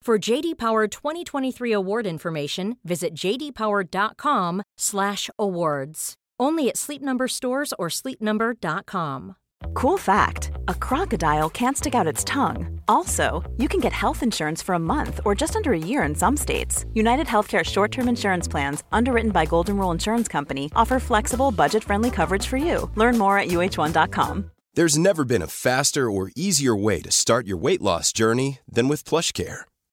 For JD Power 2023 award information, visit jdpower.com/awards. Only at Sleep Number stores or sleepnumber.com. Cool fact a crocodile can't stick out its tongue. Also, you can get health insurance for a month or just under a year in some states. United Healthcare short term insurance plans, underwritten by Golden Rule Insurance Company, offer flexible, budget friendly coverage for you. Learn more at uh1.com. There's never been a faster or easier way to start your weight loss journey than with PlushCare.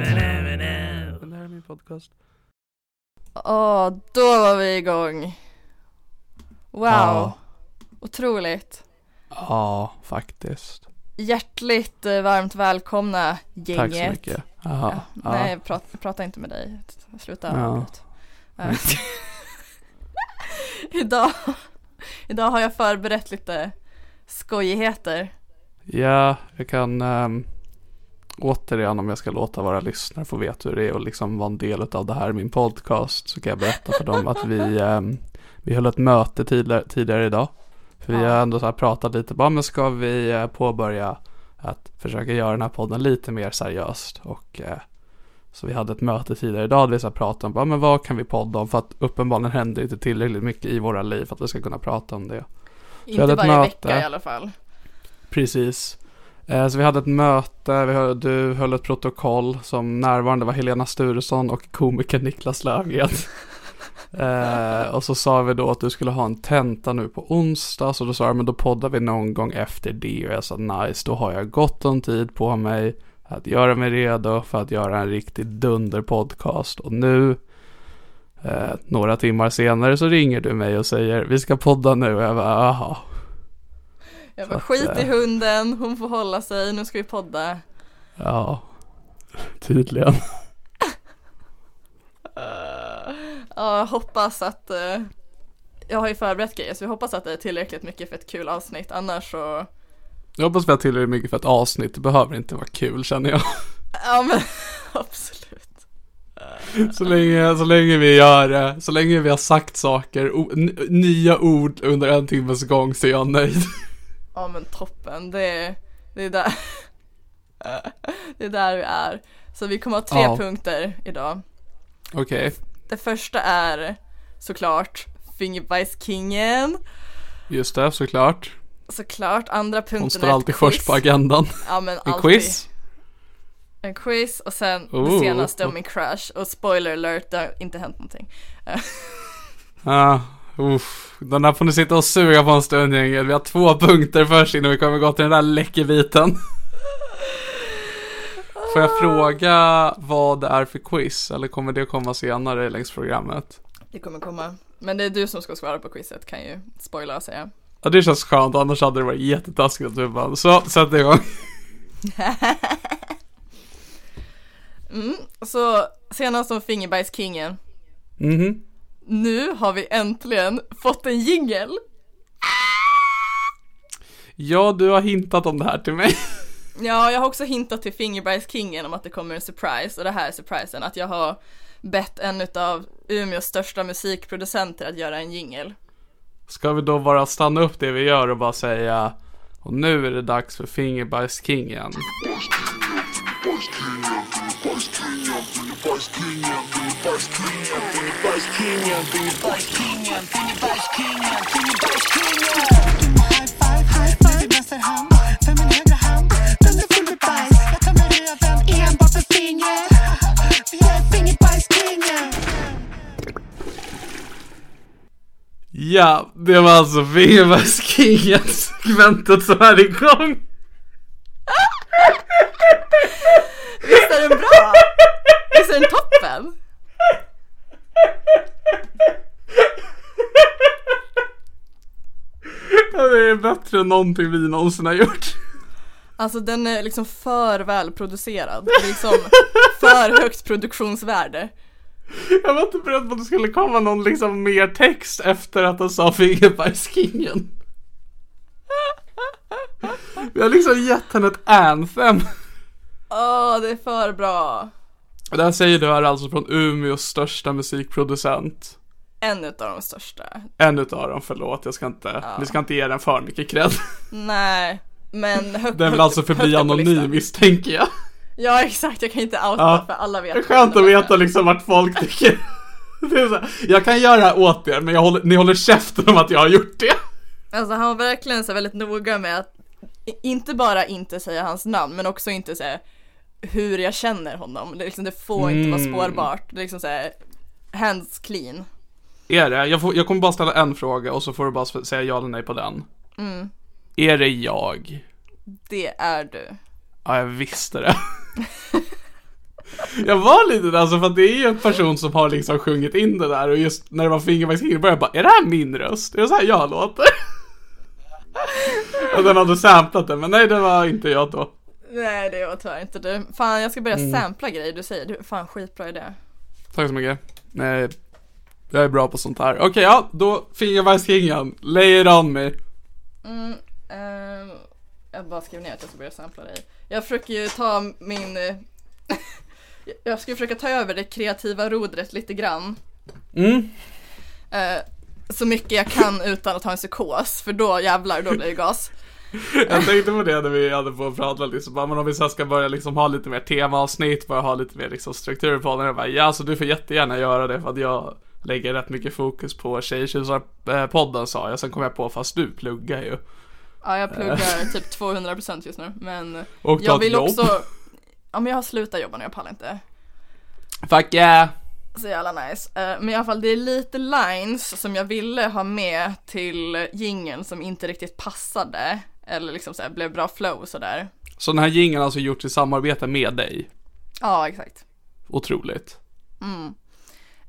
Det här är min podcast. Åh, då var vi igång. Wow, Ja. otroligt. Ja, faktiskt. Hjärtligt eh, varmt välkomna gänget. Tack så mycket. Ja. Ja, ja. Nej, prata, prata inte med dig. Sluta. Ja. avbryt. Eh, idag, idag har jag förberett lite skojigheter. ja, jag kan ehm, återigen om jag ska låta våra lyssnare få veta hur det är och liksom vara en del av det här i min podcast så kan jag berätta för dem att vi, ehm, vi höll ett möte tidigare, tidigare idag. För vi Ja. har ändå så här pratat lite, bara men ska vi eh, påbörja att försöka göra den här podden lite mer seriöst och eh, så vi hade ett möte tidigare idag där vi så här pratade om, bara, men vad kan vi podda om för att uppenbarligen händer inte tillräckligt mycket i våra liv för att vi ska kunna prata om det. hade Inte ett varje möte. vecka i alla fall. Precis. Eh, Så vi hade ett möte, vi hö- du höll ett protokoll som närvarande var Helena Sturesson och komikern Niklas Löfgren. Eh, och så sa vi då att du skulle ha en tenta nu på onsdag, så då sa jag men då poddar vi någon gång efter det och jag sa nice, då har jag gott om tid på mig att göra mig redo för att göra en riktig dunderpodcast och nu eh, några timmar senare så ringer du mig och säger vi ska podda nu och jag bara aha. Jag bara, Så att, skit i eh, hunden, hon får hålla sig, nu ska vi podda. Ja, tydligen. Eh, Ja, jag hoppas att eh, Jag har ju förberett grejer så vi hoppas att det är tillräckligt mycket för ett kul avsnitt Annars så Jag hoppas vi har tillräckligt mycket för ett avsnitt. Det behöver inte vara kul känner jag. Ja men absolut Så länge, så länge vi gör det, så länge vi har sagt saker, o, n- nya ord under en timmes gång så är jag nöjd. Ja men toppen, det är, det är där Det är där vi är Så vi kommer ha tre Ja. punkter idag Okej. Det första är såklart Fingerbajskingen Just det, såklart. Såklart, andra punkten Hon står är ett alltid quiz. först på agendan. Ja men En alltid quiz? En quiz och sen det Ooh. senaste om min crush och spoiler alert, det har inte hänt någonting. Ja, uff. Den där får ni sitta och suga på en stund gänget. Vi har två punkter först innan vi kommer gå till den där läckerbiten. Får jag fråga vad det är för quiz? Eller kommer det komma senare längs programmet? Det kommer komma. Men det är du som ska svara på quizet kan ju spoila och säga. Ja, det känns skönt. Annars hade det varit jättetaskigt att du bara, så sätt igång. Mm. Så senast om Fingerbajskingen. Mhm. Nu har vi äntligen fått en jingel. Ja, du har hintat om det här till mig. Ja, jag har också hintat till Fingerbajskingen om att det kommer en surprise och det här är surprisen att jag har bett en utav Umeås största musikproducenter att göra en jingel. Ska vi då bara stanna upp det vi gör och bara säga, och nu är det dags för Fingerbajskingen. Boys Kenya, Boys Kenya, Ja, det var alltså VMS-kingen-segmentet som är igång. Visst är den bra? Visst är den toppen? Ja, Det är bättre än någonting vi någonsin har gjort. Alltså den är liksom för välproducerad. Det är Liksom för högt produktionsvärde. Jag var inte beredd på att det skulle komma någon liksom mer text efter att han sa fingerbajskingen. Vi har liksom gett henne ett anthem. Åh, det är för bra. Det här säger du är alltså från Umeås största musikproducent. En utav de största. En utav dem, förlåt, jag ska inte, vi ska inte ge den för mycket cred. Nej, men högt Den högt- vill alltså högt förbli upp på listan. anonym misstänker jag. Ja, exakt. Jag kan inte outa Ja. för alla vet. Det är vem skönt den att är. veta liksom vart folk tycker. Det är så här, jag kan göra det här åt er, men jag håller, ni håller käften om att jag har gjort det. Alltså han var verkligen så väldigt noga med att i- inte bara inte säga hans namn men också inte säga hur jag känner honom. Det, är liksom, det får inte Mm. vara spårbart. Det är liksom såhär hands clean. Är det? Jag, får, jag kommer bara ställa en fråga och så får du bara s- säga ja eller nej på den. Är det jag? Det är du. Ja, jag visste det. jag var lite där, alltså, för att det är ju en person som har liksom sjungit in det där och just när det var fingerbajskrig började jag bara, är det här min röst? Är det så här jag låter? och den hade samplat den, men nej det var inte jag då. Nej det var tyvärr inte du. Fan jag ska börja Mm. sampla grejer du säger. Du, fan skitbra idé. Tack så mycket. Nej, jag är bra på sånt här. Okej, ja, då fingerbajskingen, lay it on me. Ehm, jag bara skrev ner att jag ska börja sampla dig. Jag försöker ju ta min... eh, jag ska försöka ta över det kreativa rodret lite grann. Mm. Eh, så mycket jag kan utan att ha en psykos, för då jävlar, då blir det gas. Jag tänkte på det när vi hade på att prata liksom, bara, men om vi sen ska börja liksom ha lite mer temaavsnitt, börja ha lite mer liksom struktur på den. Jag bara, ja så du får jättegärna göra det för att jag lägger rätt mycket fokus på Tjejtjusar-podden sa jag. Sen kom jag på, fast du pluggar ju. Ja, jag pluggar typ 200% just nu, men Och ta jag ett vill jobb. också... Ja, men jag har slutat jobba nu, jag pallar inte. Fuck yeah! Så jävla nice. Eh, Men i alla fall, det är lite lines som jag ville ha med till jingeln som inte riktigt passade. Eller liksom såhär, blev bra flow sådär. Så den här jingeln har alltså gjorts i samarbete med dig. Ja, exakt. Otroligt.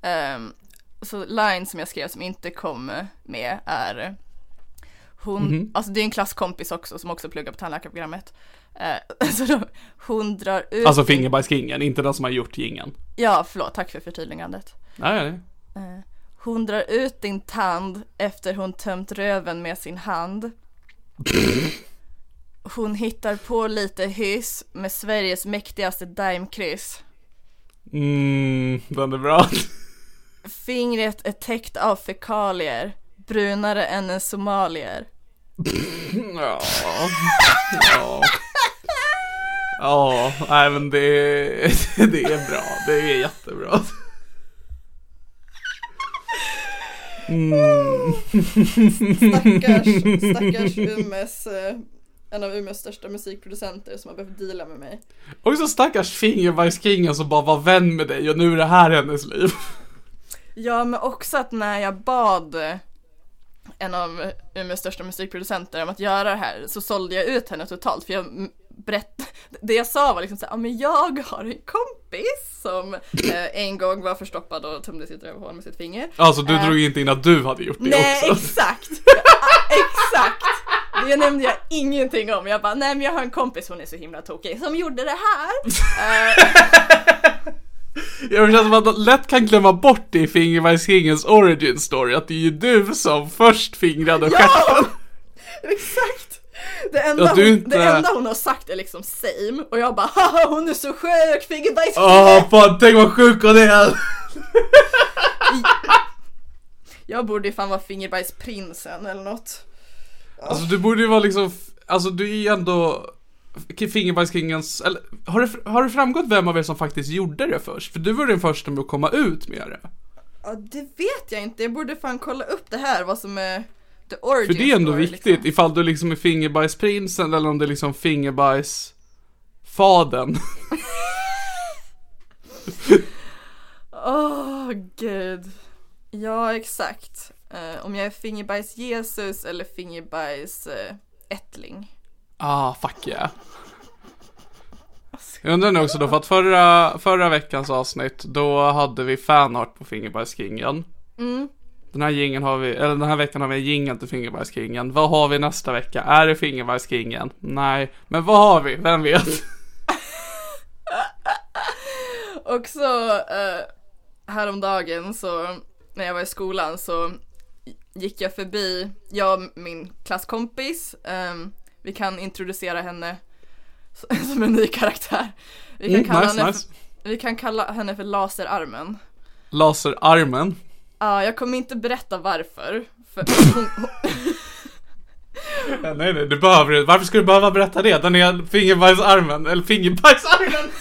Ehm, så line som jag skrev som inte kom med är hon, alltså det är en klasskompis också som också pluggar på tandläkarprogrammet. Eh, så då, hon drar ut, Alltså fingerbajskingen, inte den som har gjort jingeln. ja förlåt, tack för förtydligandet. Nej, nej. Hon drar ut din tand efter hon tömt röven med sin hand. Hon hittar på lite hyss med Sveriges mäktigaste daimkryss. Mm, den är bra. Fingret är täckt av fekalier, brunare än en somalier. Ja. Ja. Ja, nej men det, det är bra. Det är jättebra. Stackars, stackars Umeås, eh, en av Umeås största musikproducenter som har behövt deala med mig. Och så stackars fingerbajskingen som bara var vän med dig och nu är det här hennes liv. Ja, men också att när jag bad eh, en av Umeås största musikproducenter om att göra det här så sålde jag ut henne totalt för jag mm, berätt... det jag sa var liksom såhär, ja men jag har en kompis som eh, en gång var förstoppad och tömde sitt rövhål med sitt finger. Alltså du drog inte in att du hade gjort det Nej, också. exakt! exakt! Det nämnde jag ingenting om. Jag bara, nej men jag har en kompis, hon är så himla tokig, som gjorde det här. Jag känns som att man lätt kan glömma bort det i fingerbajskingens origin story. Att det är ju du som först fingrade stjärten. Exakt! Det enda, Ja, du är hon, inte- det enda hon har sagt är liksom same och jag bara haha hon är så sjuk, fingerbajs Åh fan, tänk vad sjuk hon är. Jag borde ju fan vara fingerbajsprinsen eller något. Alltså du borde ju vara liksom, alltså du är ju ändå Fingerbajskingens, eller har det, har det framgått vem av er som faktiskt gjorde det först? För du var den första med att komma ut med det. Ja, det vet jag inte. Jag borde fan kolla upp det här, vad som är the origin För det är ändå story, viktigt liksom. ifall du liksom är fingerbajsprinsen eller om det är liksom fingerbajsfaden. Åh, gud. Ja, exakt. Eh, om jag är fingerbajs-Jesus eller eh, fingerbajs-ättling. Ah, fuck yeah. Jag undrar nu också då, för att förra, förra veckans avsnitt, då hade vi fanart på Fingerbergskingen. Mm. Den här, gingen har vi, eller den här veckan har vi en jingel till Fingerbergskingen. Vad har vi nästa vecka? Är det Fingerbergskingen? Nej. Men vad har vi? Vem vet? Och så eh, häromdagen så när jag var i skolan så gick jag förbi, jag och min klasskompis, ehm, vi kan introducera henne s- som en ny karaktär. Vi kan, Mm, kalla, nice, henne nice. För, vi kan kalla henne för laserarmen. Laserarmen. Ja, jag kommer inte berätta varför. För hon, hon, Ja, nej, nej, du behöver det. Varför ska du behöva berätta det? Den är fingerbajsarmen, eller fingerbajsarmen!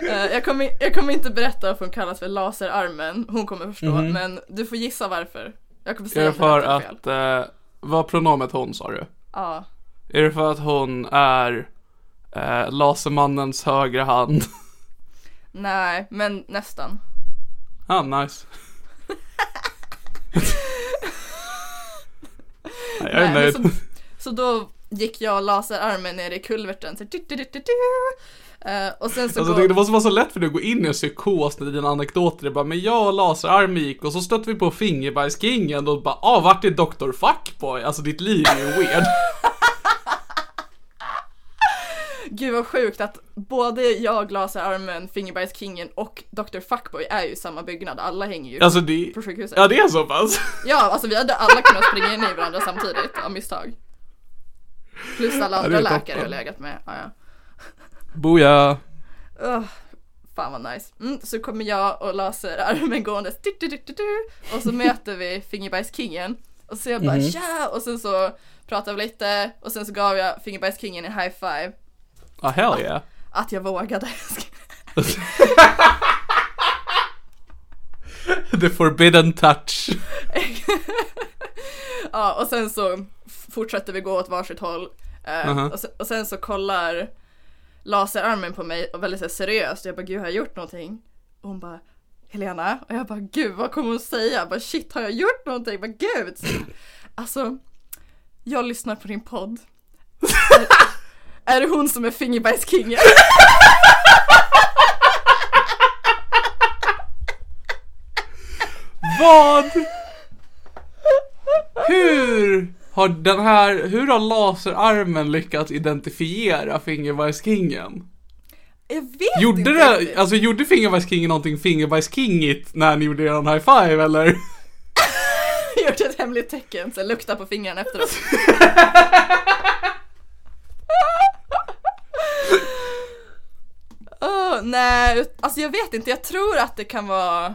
eh, jag, kommer, jag kommer inte berätta varför hon kallas för laserarmen, hon kommer förstå, men du får gissa varför. Jag kommer Är säga det om jag rätt för eller fel. Mhm. att, eh, vad pronomet hon sa du? Ja. Är det för att hon är eh, Lasermannens högra hand? Nej, men nästan. Ah, nice. Nej, jag Nej, är nöjd. men så, så då gick jag och laserarmen ner i kulverten. Så, du, du, du, du, du. Eh, och sen så Alltså, går... det, det måste vara så lätt för dig att gå in i en psykos när dina anekdoter är bara Men jag och Laserarm gick och så stötte vi på Fingerbergskingen och bara ah vart är Dr. Fuckboy? Alltså ditt liv är ju weird. Gud vad sjukt att både jag, laserarmen, Fingerbergskingen och Dr. Fuckboy är ju i samma byggnad. Alla hänger ju Alltså det... på sjukhuset. Ja det är så pass. Ja, alltså vi hade alla kunnat springa in i varandra samtidigt av misstag. Plus alla andra det är läkare toppen. jag legat med. Ja, ja. Boja. Ugh, fan vad nice. Mm, så kommer jag och laserarmen gåendes du, du, du, du, du, och så möter vi Fingerbergskingen. Och så jag bara tja och sen så pratade vi lite och sen så gav jag Fingerbergskingen en high five. Ah hell yeah. Att jag vågade. The forbidden touch. ja och sen så f- fortsätter vi gå åt varsitt håll. Eh, och, sen, och sen så kollar laserarmen på mig och väldigt så här, seriöst och jag bara gud har jag gjort någonting? Och hon bara Helena och jag bara gud vad kommer hon säga? Jag bara shit har jag gjort någonting? Vad gud! Alltså jag lyssnar på din podd. är, är det hon som är fingerbajskingen? Vad? Hur har den här, hur har laserarmen lyckats identifiera Fingerbergskingen? jag vet Gjorde inte. det, riktigt. alltså gjorde Fingerbergskingen någonting Fingerbergskingigt när ni gjorde er high five eller? Jag gjort ett hemligt tecken så jag luktar på fingrarna efteråt. Åh, nej, ut- alltså jag vet inte. Jag tror att det kan vara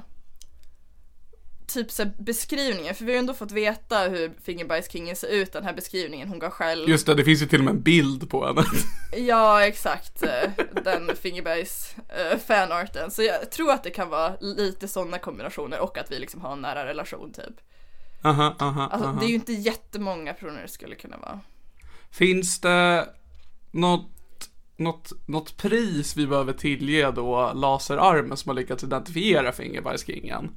typ så här beskrivningen. För vi har ju ändå fått veta hur Fingerbajskingen ser ut, den här beskrivningen hon gav själv. Just det, det finns ju till och med en bild på henne. Ja, exakt. eh, Den Fingerbergs eh, fanarten. Så jag tror att det kan vara lite sådana kombinationer och att vi liksom har en nära relation typ. Aha, aha, Alltså, aha. Det är ju inte jättemånga personer det skulle kunna vara. Finns det något, något, något pris vi behöver tillge då laserarmen som har lyckats identifiera Fingerbergskingen?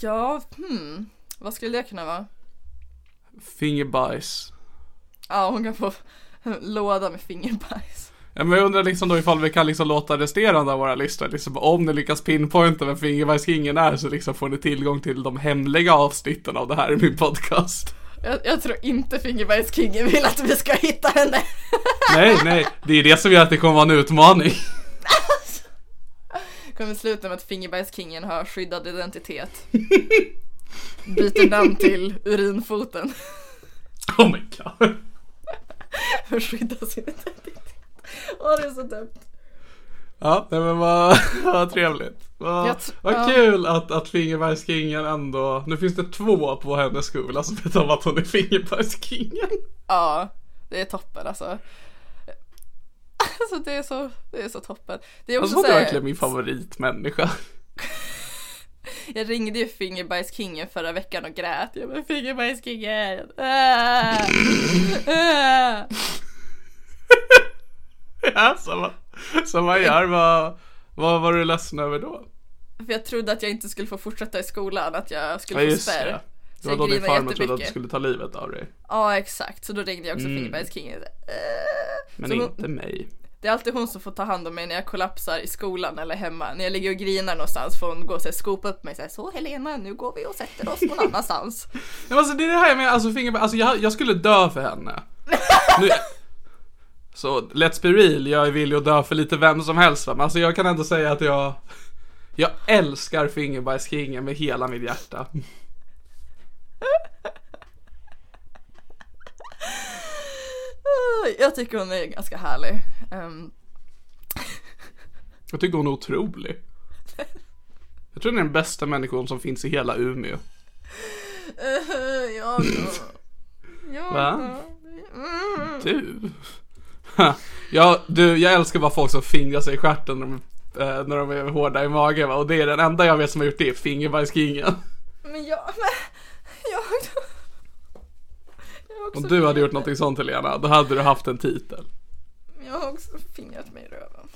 Ja, hmm. Vad skulle det kunna vara? Fingerbajs. Ja, hon kan få en låda med fingerbajs. Ja, men jag undrar liksom då ifall vi kan liksom låta resterande av våra listor, liksom om ni lyckas pinpointa vem Fingerbergskingen är så liksom får ni tillgång till de hemliga avsnitten av det här i min podcast. Jag, jag tror inte fingerbajskingen vill att vi ska hitta henne. Nej, nej, det är det som gör att det kommer vara en utmaning. Kommer sluta med att fingerbajskingen har skyddad identitet. Byter namn till urinfoten. Oh my god. För att skydda sin identitet. Åh, det är så dumt. Ja, nej men vad, vad trevligt. Ja, Jag t- vad ja. kul att, att Fingerbergskingen ändå, nu finns det två på hennes skola som vet om att hon är Fingerbergskingen. Ja, det är toppen alltså. Alltså det är så, det är så toppen. Det är också Alltså hon är så här- verkligen min favoritmänniska. Jag ringde ju Fingerbajskingen förra veckan och grät. Jag bara Fingerbajskingen! Äh, äh. Ja, som, man- som man gör, vad, vad var du ledsen över då? För jag trodde att jag inte skulle få fortsätta i skolan, att jag Ja skulle få just det. spärr. Det Så var jag då din grinar farmor trodde att du jättemycket. skulle ta livet av dig. Ja exakt, så då ringde jag också Mm. Fingerbajskingen. Äh. Men Så hon- inte mig. Det är alltid hon som får ta hand om mig när jag kollapsar i skolan eller hemma. När jag ligger och grinar någonstans får hon gå och så här, skopa upp mig så här, Så Helena, nu går vi och sätter oss någon annanstans. Nej, men alltså, det är det här jag menar, alltså, Fingerberg, alltså jag, jag skulle dö för henne. Nu, så let's be real, jag är villig att dö för lite vem som helst va? men alltså jag kan ändå säga att jag jag älskar Fingerbergskingen med hela mitt hjärta. Ah, Jag tycker hon är ganska härlig. Ehm, Jag tycker hon är otrolig. Jag tror hon är den bästa människan som finns i hela Umeå. eh, jag då. Jag Va? då. Mm. Du? Ha, Jag, du, jag älskar bara folk som fingrar sig i stjärten när de, eh, när de är hårda i magen va? Och det är den enda jag vet som har gjort det, Fingerbergskingen. Men jag... Men, jag då. Jag har också Om du hade fingrat- gjort någonting sånt Helena, då hade du haft en titel. Jag har också fingrat mig i röven.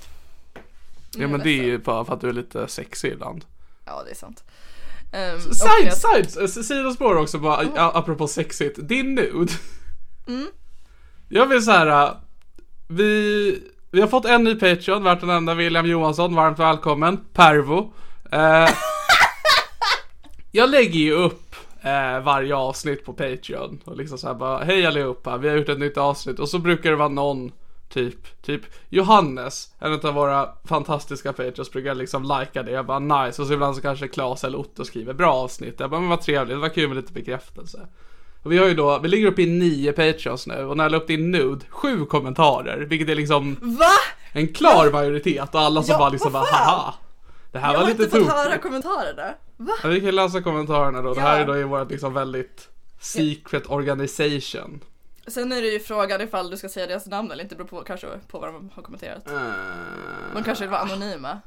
Ja men det är ju bara för att du är lite sexig ibland. Ja, det är sant. Um, Side, side, eh, sidospår också bara, a- apropå sexigt. Din nude. Jag vill så här. eh, Vi, vi har fått en ny Patreon, värt att nämna William Johansson, varmt välkommen. Pervo. Eh, jag lägger ju upp eh, varje avsnitt på Patreon och liksom så här bara, hej allihopa, vi har gjort ett nytt avsnitt och så brukar det vara någon typ, typ Johannes, en av våra fantastiska Patreons brukar liksom likea det, jag bara nice och så ibland så kanske Claes eller Otto skriver bra avsnitt, jag bara men vad trevligt, det var kul med lite bekräftelse. Och vi har ju då, vi ligger uppe i nio Patreons nu och när jag la upp din nude, sju kommentarer, vilket är liksom Va? en klar majoritet och alla som Ja, bara liksom bara vad fan? haha. Det här Jag var har lite inte fått tokigt. höra kommentarer där. Va? Ja, vi kan läsa kommentarerna då. Det här Ja. är då i vårt liksom väldigt secret organization. Sen är det ju frågan ifall du ska säga deras namn eller inte, det beror på, kanske på vad de har kommenterat. De kanske vill vara anonyma.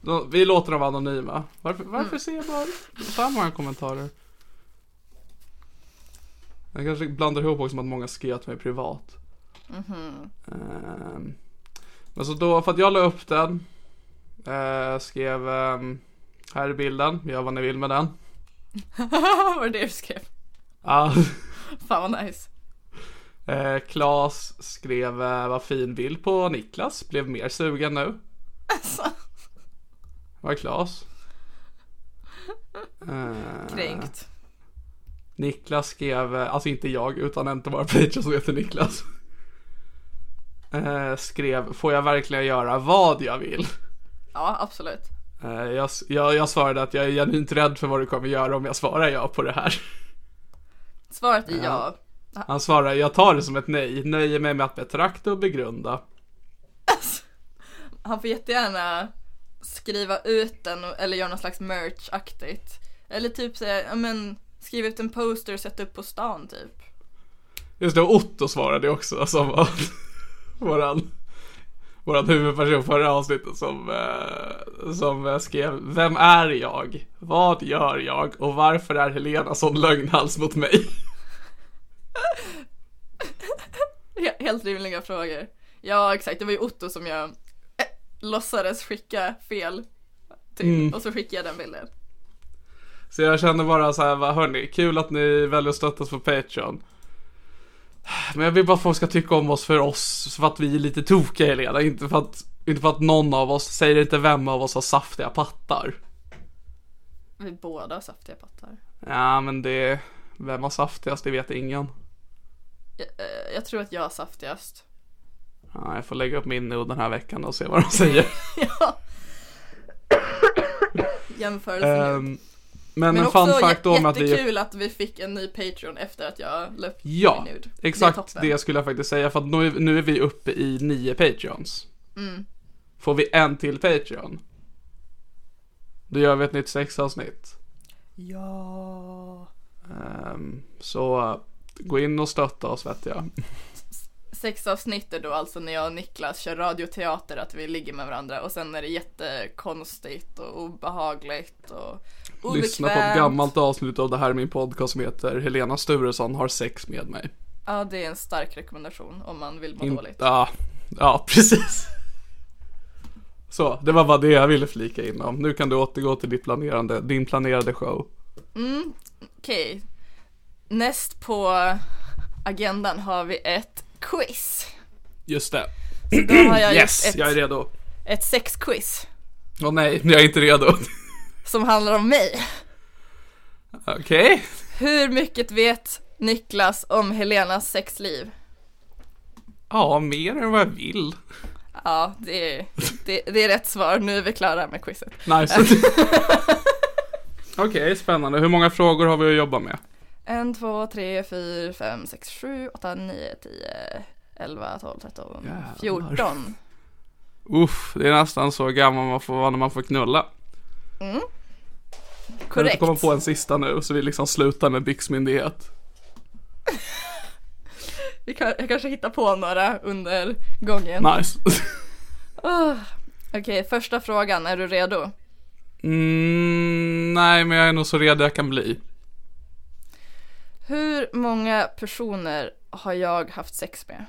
Då- Vi låter dem vara anonyma. Varför, varför ser jag bara så här många kommentarer? Jag kanske blandar ihop också med att många skrev till mig privat. Ehm, men så då, för att jag la upp den. eh, skrev, ehm, här är bilden, gör vad ni vill med den. vad var det du skrev? Ja. Fan vad nice. Eh, Klas skrev eh, vad fin bild på Niklas, blev mer sugen nu. Alltså, Var Klas? Eh, kränkt. Niklas skrev, eh, alltså inte jag utan en av våra pager som heter Niklas. Eh, skrev, får jag verkligen göra vad jag vill? Ja, absolut. Eh, jag, s- jag, jag svarade att jag är genuint rädd för vad du kommer göra om jag svarar ja på det här. Svaret är ja. Han svarade, jag tar det som ett nej, nöjer mig med att betrakta och begrunda. Han får jättegärna skriva ut den eller göra någon slags merch-aktigt. Eller typ säga, ja men skriv ut en poster och sätt upp på stan typ. Just det, och Otto svarade också som var våran, våran huvudperson förra avsnittet som, eh, som eh, skrev Vem är jag? Vad gör jag? Och varför är Helena sån lögnhals mot mig? He- Helt rimliga frågor. Ja exakt, det var ju Otto som jag eh, låtsades skicka fel till. Och så skickade jag den bilden. Så jag känner bara så här, va, hörni, kul att ni väljer att stötta oss på Patreon. Men jag vill bara att folk ska tycka om oss för oss, för att vi är lite tokiga Helena, inte för att, inte för att någon av oss, säger inte vem av oss har saftiga pattar. Vi båda har saftiga pattar. Ja, men det, vem har saftigast, det vet ingen. Jag, eh, jag tror att jag har saftigast. Ja, jag får lägga upp min nod den här veckan och se vad de säger. Jämförelsen nu. Ehm, men, Men en också fun fact då jä- om att vi... jättekul att vi fick en ny Patreon efter att jag la upp Ja, min nude. det, är exakt toppen. det skulle jag faktiskt säga. För att nu, är- Mm. nu är vi uppe i nio Patreons. Får vi en till Patreon, Då gör vi ett nytt sexavsnitt. Ja. Ehm, så eh, gå in och stötta oss vet jag. Sexavsnitt är då alltså när jag och Niklas kör radioteater att vi ligger med varandra och sen är det jättekonstigt och obehagligt och obekvämt. Lyssna på ett gammalt avsnitt av det här är min podcast som heter Helena Sturesson har sex med mig. Ja, det är en stark rekommendation om man vill må Inte, dåligt. ja, ja, precis. Så, det var bara det jag ville flika in om. Nu kan du återgå till ditt planerande, din planerade show. Okej. Näst på agendan har vi ett quiz. Just det. Då har jag yes, gjort ett, jag är redo. ett sexquiz Åh nej, jag är inte redo. som handlar om mig. Okej. Hur mycket vet Niklas om Helenas sexliv? Ja, mer än vad jag vill. Ja, det är, det, det är rätt svar. Nu är vi klara med quizet. Nice. Okej, spännande. Hur många frågor har vi att jobba med? En, två, tre, fyra, fem, sex, sju, åtta, nio, tio, elva, tolv, tretton, Jävlar. fjorton. Uff, det är nästan så gammal man får vara när man får knulla. Kan du inte Korrekt. komma på en sista nu så vi liksom slutar med byxmyndighet? Vi kan, jag kanske hittar på några under gången. Nice. Ah, Okej, första frågan. Är du redo? Mm, nej, men jag är nog så redo jag kan bli. Hur många personer har jag haft sex med?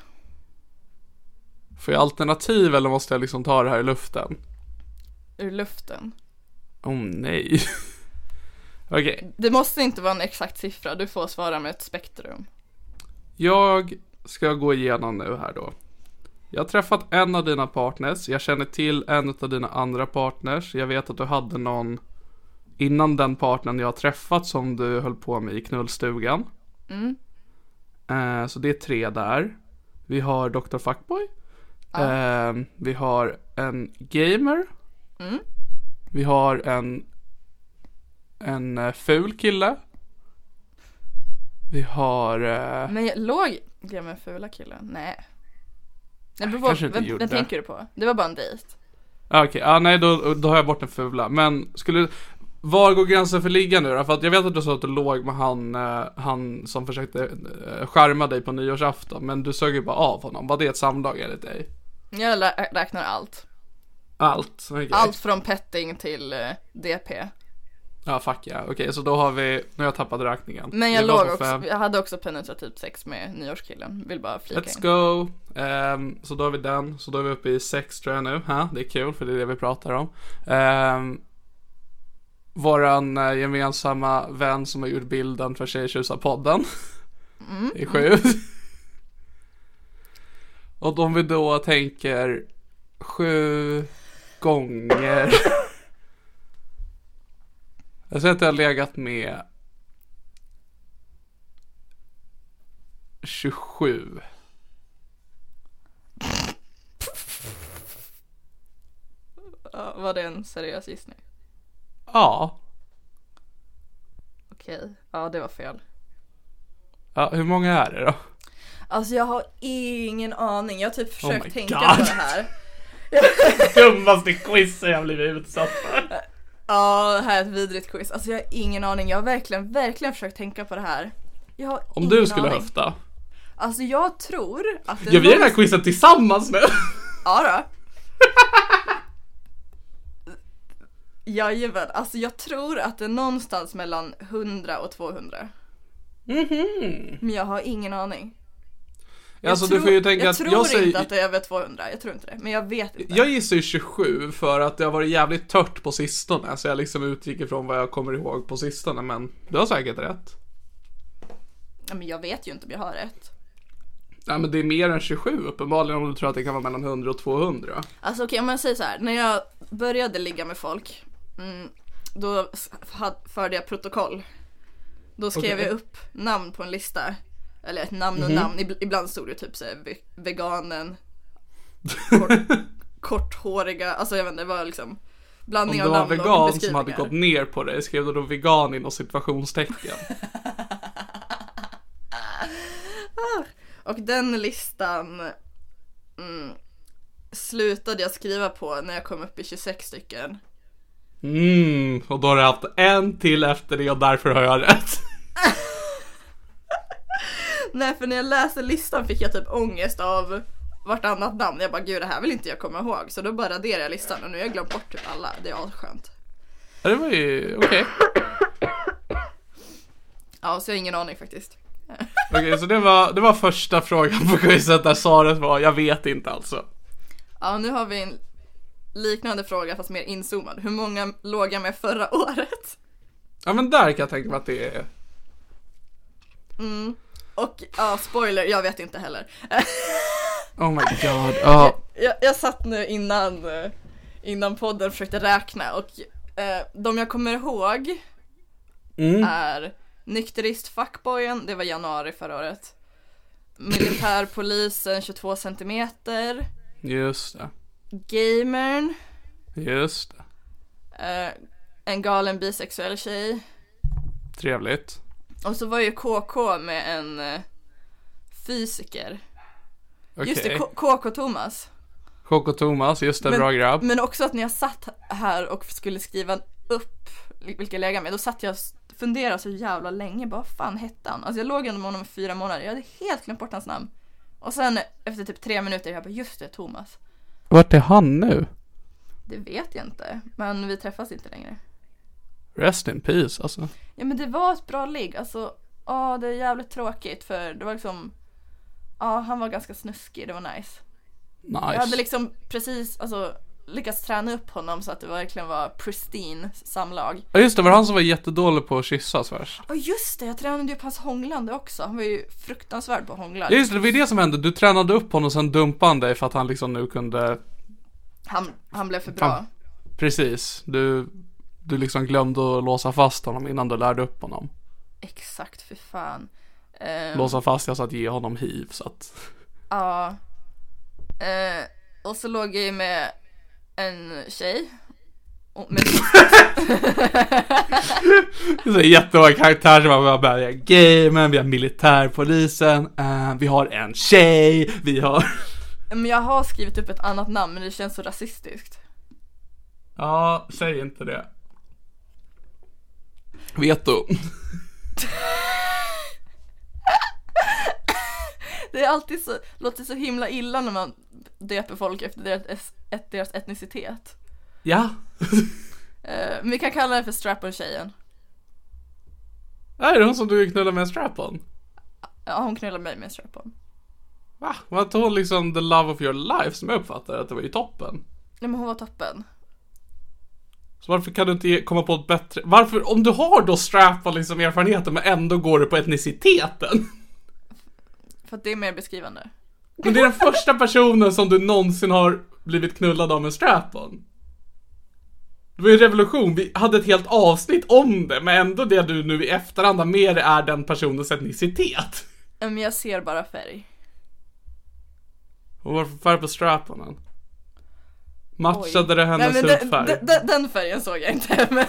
Får jag alternativ eller måste jag liksom ta det här i luften? Ur luften. Åh oh, nej. Okej, Det måste inte vara en exakt siffra. Du får svara med ett spektrum. jag ska gå igenom nu här då. Jag har träffat en av dina partners, jag känner till en av dina andra partners, jag vet att du hade någon innan den partnern jag har träffat som du höll på med i knullstugan. Eh, så det är tre där. Vi har Dr. Fuckboy. Eh, vi har en gamer. Vi har en, en eh, ful kille. Vi har... Eh, Men jag låg jag med fula killen? Nej. Det beror på, kanske inte vad, gjorde. vad tänker du på? Det var bara en dejt. Ah, Okej, ah, nej då, då har jag bort den fula. Men skulle, var går gränsen för ligga nu då? För att jag vet att du sa att du låg med han, eh, han som försökte eh, skärma dig på nyårsafton. Men du sög ju bara av honom. Var det ett samlag enligt dig? Jag lä- räknar allt. Allt? okej. Allt från petting till eh, DP. Ja, fuck ja. Okej, så då har vi, nu har jag tappat räkningen. Men jag Vi var låg på också, fem. jag hade också penetrativt sex med nyårskillen. Vill bara flika Let's in. go. Ehm, så då har vi den. Så då är vi uppe i sex tror jag nu. Ha, det är kul för det är det vi pratar om. Ehm, våran eh, gemensamma vän som har gjort bilden för Tjejtjusarpodden. Mm. I sju. Och om vi då tänker sju gånger. Jag säger att jag har legat med 27. Ja, var det en seriös gissning? Ja. Okej, ja det var fel. Ja, hur många är det då? Alltså jag har ingen aning, jag har typ försökt Oh my tänka på God. det här. Dummaste quizen jag blivit utsatt för. Ja, det här är ett vidrigt quiz. Alltså jag har ingen aning, jag har verkligen, verkligen försökt tänka på det här. Jag har Om ingen du skulle aning. höfta. Alltså jag tror att det Gör vi någon- det här quizet tillsammans nu? Ja då. Jajamän, alltså jag tror att det är någonstans mellan 100 och 200. Men jag har ingen aning. Mhm. Jag alltså tror, du får ju tänka jag att tror jag säger... inte att det är över 200, jag tror inte det. Men jag vet inte. Jag gissar ju 27 för att det har varit jävligt tört på sistone. Så jag liksom utgick ifrån vad jag kommer ihåg på sistone. Men du har säkert rätt. Ja, Men jag vet ju inte om jag har rätt. Nej men det är mer än 27 uppenbarligen om du tror att det kan vara mellan 100 och 200. Alltså okej, om jag säger så här. När jag började ligga med folk, mm, då s- had- förde jag protokoll. Då skrev Okej. Mhm. jag upp namn på en lista. Eller ett namn och namn. Ib- Ibland stod det typ så här, ve- veganen, kort, korthåriga, alltså jag vet inte, det var liksom Om blandning det av var namn en och vegan som beskrivningar. hade gått ner på dig, skrev du då vegan inom situationstecken? Och den listan mm, slutade jag skriva på när jag kom upp i 26 stycken. Mm, och då har du haft en till efter det och därför har jag rätt. Nej för när jag läste listan fick jag typ ångest av vartannat namn. Jag bara gud det här vill inte jag komma ihåg. Så då bara raderade jag listan och nu har jag glömt bort typ alla. Det är asskönt. Ja, Det var ju okej. Ja så jag har ingen aning faktiskt. Okej, så det var, det var första frågan på quizet där svaret var jag vet inte alltså. Ja nu har vi en liknande fråga fast mer inzoomad. Hur många låg jag med förra året? Ja men där kan jag tänka mig att det är... Och ja spoiler, jag vet inte heller. Oh my god. Ja. jag, jag satt nu innan, eh, innan podden och försökte räkna och eh, de jag kommer ihåg är Nykterist Fuckboyen, det var januari förra året. Militärpolisen 22 centimeter. Just det. Gamern. Just Eh, det. en galen bisexuell tjej. Trevligt. Och så var ju KK med en eh, fysiker. Okej. Just det, K- KK Thomas. Choco Thomas, just det, Men- bra grabb. Men också att när jag satt här och skulle skriva upp vilka jag lägger med, då satt jag och funderade så jävla länge, bara vad fan hette han? Alltså jag låg under med honom i fyra månader, jag hade helt glömt bort hans namn. Och sen efter typ tre minuter, jag bara just det, Thomas. Vart är han nu? Det vet jag inte, men vi träffas inte längre. Rest in peace alltså. Ja men det var ett bra ligg, alltså ja det är jävligt tråkigt för det var liksom, ja han var ganska snuskig, det var nice. Nice. Jag hade liksom precis, alltså lyckats träna upp honom så att det verkligen var pristine samlag. Ja just det, var det han som var jättedålig på att kyssas värst? Ja just det, jag tränade ju på hans hånglande också. Han var ju fruktansvärd på att hångla. Ja just det, det var ju det som hände. Du tränade upp honom och sen dumpade han dig för att han liksom nu kunde... Han, han blev för bra. Fan. Precis. Du, du liksom glömde att låsa fast honom innan du lärde upp honom. Exakt, för fan. Eh, Låsa fast alltså att ge honom hiv så att... Ja. Eh, och så låg jag ju med en tjej. Och med, Det är så jättehög karaktär som bara, bara, vi har gamen, vi har militärpolisen, eh, vi har en tjej, vi har... men jag har skrivit upp ett annat namn men det känns så rasistiskt. Ja, säg inte det. Veto. Det är alltid så, låter så himla illa när man döper folk efter deras, es- ett, deras etnicitet. Ja. Eh, men vi kan kalla henne för strap-on-tjejen. Är det hon som du knullade med en strap-on? Ja, hon knullade mig med en strap-on. Va? Var inte hon liksom the love of your life som jag uppfattar att det var ju toppen? Nej men hon var toppen. Så varför kan du inte ge- komma på ett bättre... Varför, om du har då strap-on liksom erfarenheten men ändå går du på etniciteten? För att det är mer beskrivande. Men det är den första personen som du någonsin har blivit knullad av med strap-on. Det var ju en revolution, vi hade ett helt avsnitt om det, men ändå det du nu i efterhand har med dig är den personens etnicitet. Men jag ser bara färg. Och varför färg på strap-onen? Matchade det hennes Nej, men den- hudfärg? Den, den, den färgen såg jag inte. Men...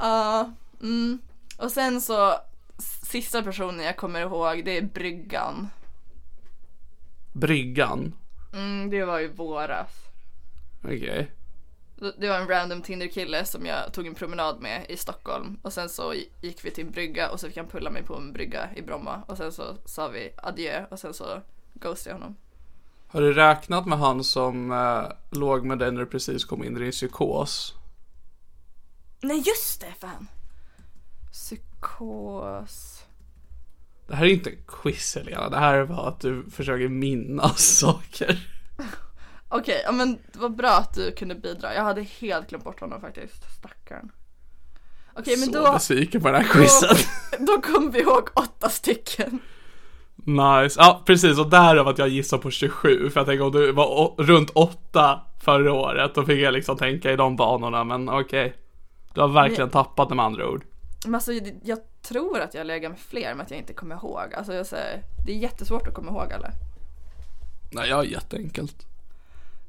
Ja, mm. Och sen så, s- sista personen jag kommer ihåg, det är Bryggan. Bryggan? Mm, det var ju våras. Okej. Det- Det var en random Tinder-kille som jag tog en promenad med i Stockholm. Och sen så gi- gick vi till en brygga och så fick han pulla mig på en brygga i Bromma. Och sen så sa vi adjö och sen så ghostade jag honom. Har du räknat med han som eh, låg med dig när du precis kom in i din psykos? Nej just det, fan! Psykos... Det här är inte en quiz Helena, det här är bara att du försöker minnas saker. Okej, ja, men det var bra att du kunde bidra. Jag hade helt glömt bort honom faktiskt, stackarn. Okej, men Så då, besviken på den här quizen. då kom vi ihåg åtta stycken. Nice, ja precis och därav att jag gissar på 27 för jag tänker om du var å- runt 8 förra året då fick jag liksom tänka i de banorna men okej. Du har verkligen tappat det med andra ord. Men alltså, jag- jag tror att jag lägger med fler, men att jag inte kommer ihåg. Alltså, jag säger, det är jättesvårt att komma ihåg alla. Nej, jag är jätteenkelt.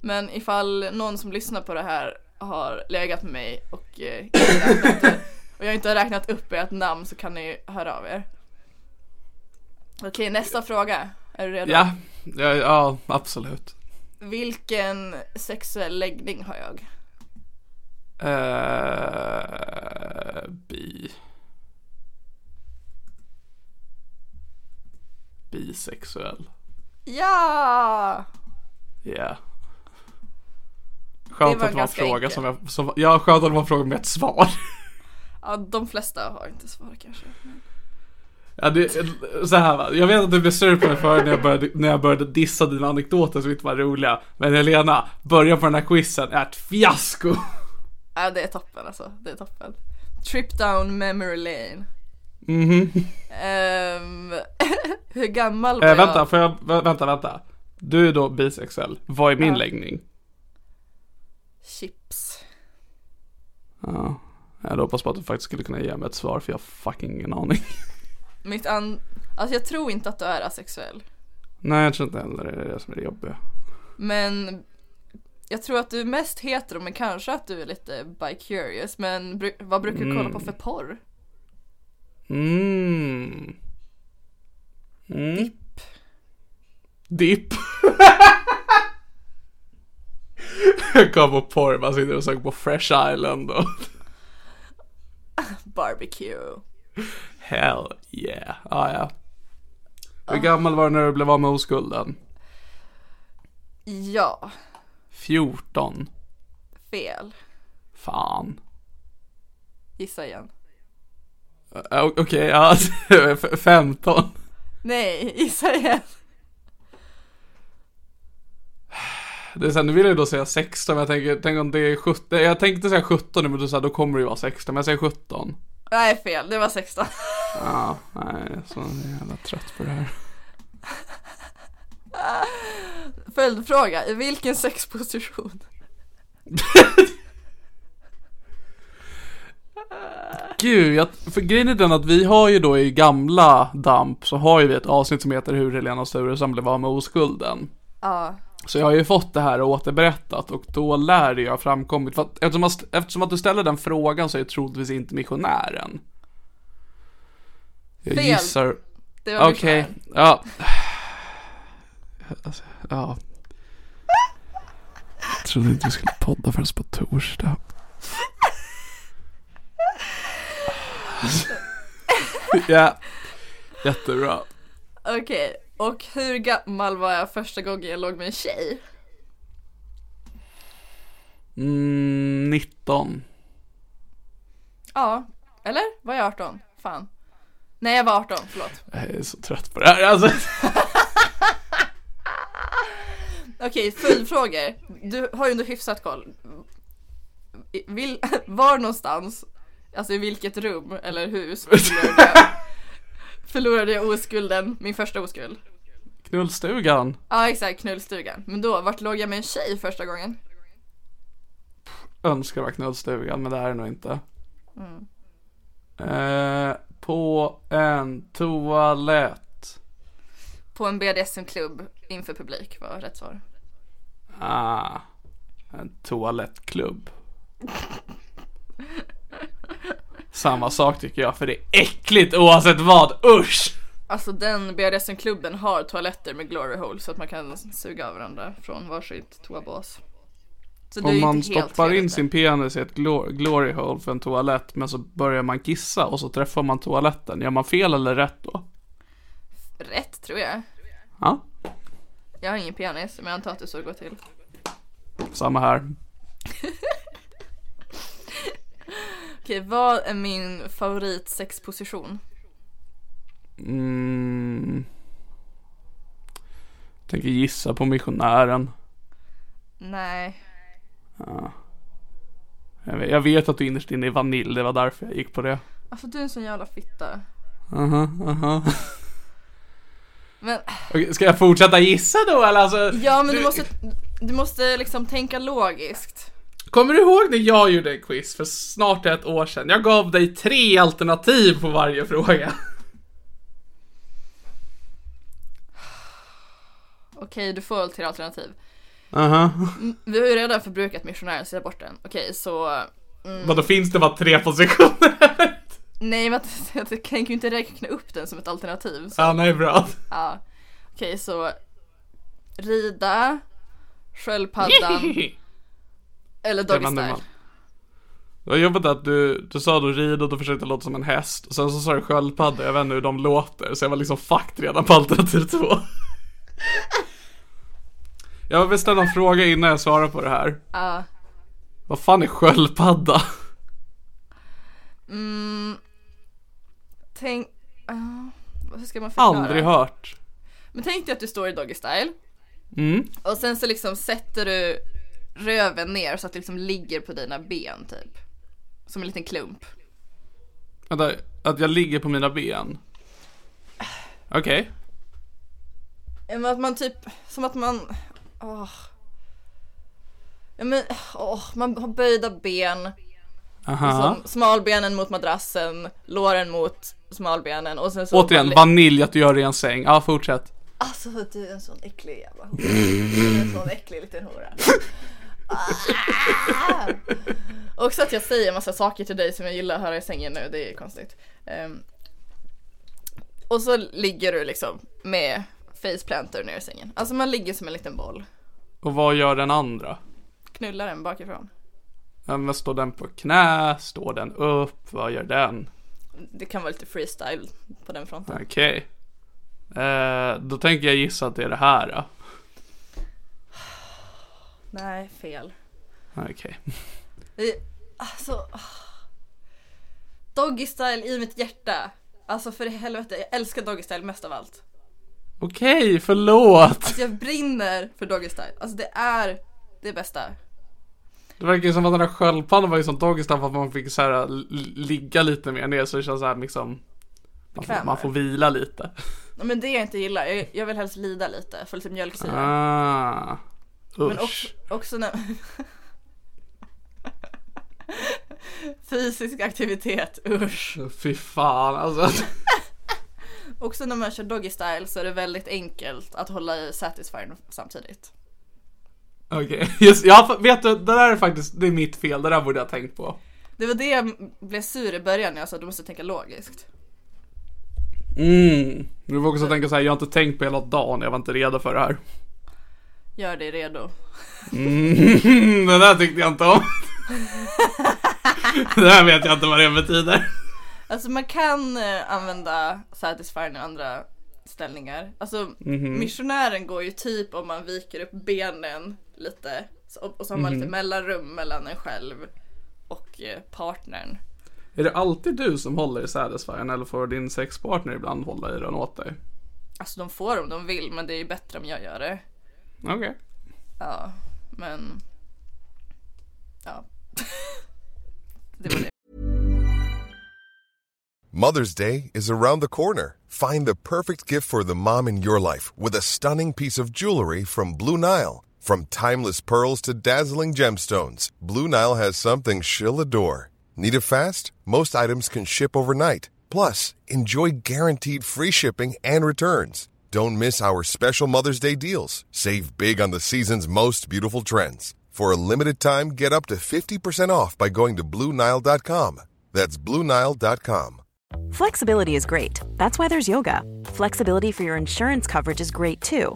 Men ifall någon som lyssnar på det här har legat med mig och, eh, inte räknat det, och jag inte har räknat upp ert namn så kan ni höra av er. Okej, nästa fråga. Är du redo? Ja, ja, ja absolut. Vilken sexuell läggning har jag? Eh, bi. Bisexuell. Ja! Ja. var Skönt att det var en ganska fråga enkelt. som jag, som, ja skönt att det var en fråga med ett svar. Ja, de flesta har inte svar kanske. Ja, det, så här va, jag vet att du blev sur på mig förut när jag började, när jag började dissa dina anekdoter som inte var roliga. Men Helena, början på den här quizen är ett fiasko. Ja, det är toppen alltså. Det är toppen. Trip down memory lane. Mhm. Ehm, hur gammal var Eh, jag? vänta, får jag, vä- vänta, vänta. Du är då bisexuell. Vad är min läggning? Chips. Ja. Jag hade hoppats på att du faktiskt skulle kunna ge mig ett svar för jag har fucking ingen aning. Mitt an... Alltså jag tror inte att du är asexuell. Nej, jag tror inte heller det är det som är det jobbiga. Men jag tror att du är mest hetero men kanske att du är lite bi-curious. Men bru- vad brukar du kolla på för porr? Mm. mm. Dipp. Dipp. jag kom på porr, man sitter och söker på Fresh Island och Barbecue. hell yeah. Ah, ja. Hur gammal var du när du blev av med oskulden? Ja, 14. fel. Fan. Gissa igen. Eh, o- Okej, ja. f- 15. Nej, gissa igen. Det är så här, nu vill jag ju då säga 16, men jag tänker, tänk om det är 17. Jag tänkte säga 17 nu, men du sa då kommer det ju vara 16, men jag säger 17. Nej, fel. Det var 16. Ja, nej, jag är så jävla trött på det här. Följdfråga. I vilken sexposition? Gud, jag, för grejen är den att vi har ju då i gamla DAMP så har ju vi ett avsnitt som heter Hur Helena Sturesson blev av med oskulden. Ja. Så jag har ju fått det här återberättat och då lär det ju ha framkommit. För att, eftersom, att- eftersom att du ställer den frågan så är jag troligtvis inte missionären. Jag Fel. gissar... Det var Okej, missionären. ja. Alltså, ja. Jag trodde inte vi skulle podda förrän på torsdag. ja, jättebra. Okej, och hur gammal var jag första gången jag låg med en tjej? Mm, 19. Ja, eller? Var jag 18? Fan. Nej, jag var 18, förlåt. Jag är så trött på det här. Alltså, Okej, följdfrågor. Du har ju ändå hyfsat koll. I- Vil, var någonstans, alltså i vilket rum eller hus förlorade jag, förlorade jag oskulden, min första oskuld? knullstugan. Ja, exakt, knullstugan. Men då, vart låg jag med en tjej första gången? Önskar vara knullstugan, men det här är nog inte. Eh, på en toalett. På en BDSM-klubb inför publik var rätt svar. Ah, en toalettklubb. Samma sak tycker jag, för det är äckligt oavsett vad, usch! Alltså den BDSM-klubben har toaletter med glory hole så att man kan suga av varandra från varsitt toabås. Så det är Om ju man inte helt stoppar fel in ute. sin penis i ett glo- glory hole för en toalett, men så börjar man kissa och så träffar man toaletten, gör man fel eller rätt då? Rätt tror jag. Ja, Jag har ingen penis men jag antar att det är så det går till. samma här. Okej, vad är min favorit sexposition? Mm. Tänker gissa på missionären. Nej. Jag vet, jag vet att du innerst inne är vanilj, det var därför jag gick på det. Alltså du är en sån jävla fitta. Aha, aha. Men Okej, ska jag fortsätta gissa då eller? Alltså, ja, men du måste, du måste liksom tänka logiskt. Kommer du ihåg när jag gjorde en quiz för snart ett år sedan? Jag gav dig tre alternativ på varje fråga. Okej, du får till alternativ. Aha. Vi har ju redan förbrukat missionären så jag tar bort den. Okej, så Vadå, finns det bara tre positioner? nej men att- jag tänker ju inte räkna upp den som ett alternativ. Så. ja, nej, bra. Okej, så rida, sköldpaddan eller Doggy Jävla Style. Norman. Det var jobbigt att du, du sa du rid och du försökte låta som en häst och sen så sa du sköldpadda, jag vet inte hur de låter så jag var liksom fucked redan på alternativ två. Jag vill ställa en fråga innan jag svarar på det här. Ja. Vad fan är sköldpadda? Mm. Tänk... Uh, hur ska man förklara? Aldrig hört. Men tänk dig att du står i Doggy Style Mm. och sen så liksom sätter du röven ner så att det liksom ligger på dina ben typ. Som en liten klump. Vänta, att jag ligger på mina ben. Okej. Ja, men att man typ, som att man, åh. Ja men, åh, man har böjda ben, Aha. som smalbenen mot madrassen, låren mot smalbenen och sen så... Återigen, vanilj att du gör i en säng. Ja, fortsätt. Alltså du är en sån äcklig jävla hora. Du är en sån äcklig liten hora. Ah! Också att jag säger en massa saker till dig som jag gillar att höra i sängen nu, det är konstigt. Ehm. och så ligger du liksom med faceplanter ner i sängen. Alltså man ligger som en liten boll. Och vad gör den andra? knullar den bakifrån. Ja, Men står den på knä? Står den upp? Vad gör den? Det kan vara lite freestyle på den fronten. Okej. Eh, då tänker jag gissa att det är det här då. Nej, fel. Okej. I- Alltså... ah. Doggy style i mitt hjärta. Alltså för i helvete, jag älskar doggy style mest av allt. Okej, förlåt. Alltså jag brinner för doggy style. Alltså det är det bästa. Det verkar ju som att den där sköldpaddan var ju som doggy style för att man fick så här l- ligga lite mer ner så det känns så här liksom. Man får, Bekvämare. man får vila lite. Men det jag inte gillar, jag, jag vill helst lida lite, få lite mjölksyra. Ah. Men också, Usch. också när... Fysisk aktivitet, usch. Fy fan alltså. Också när man kör doggy style så är det väldigt enkelt att hålla i satisfiern samtidigt. Okej, just ja, vet du, det där är faktiskt, det är mitt fel, det där borde jag ha tänkt på. Det var det jag blev sur i början när jag sa att du måste tänka logiskt. Mm. Du får också tänka så här, jag har inte tänkt på hela dagen, jag var inte redo för det här. Gör dig redo. Mm, det där tyckte jag inte om. det här vet jag inte vad det betyder. Alltså man kan eh, använda satisfiern i andra ställningar. Alltså missionären går ju typ om man viker upp benen lite så- och och så har man lite mellanrum mellan en själv och eh, partnern. Är det alltid du som håller i satisfiern eller får din sexpartner ibland hålla i den åt dig? Alltså de får om de vill men det är ju bättre om jag gör det. Okej. Ja, men... Ja. det var det. Mother's Day is around the corner. Find the perfect gift for the mom in your life with a stunning piece of jewelry from Blue Nile. From timeless pearls to dazzling gemstones, Blue Nile has something she'll adore. Need it fast? Most items can ship overnight. Plus, enjoy guaranteed free shipping and returns. Don't miss our special Mother's Day deals. Save big on the season's most beautiful trends. For a limited time, get up to 50% off by going to Blue Nile.com. That's Blue Nile.com. Flexibility is great. That's why there's yoga. Flexibility for your insurance coverage is great too.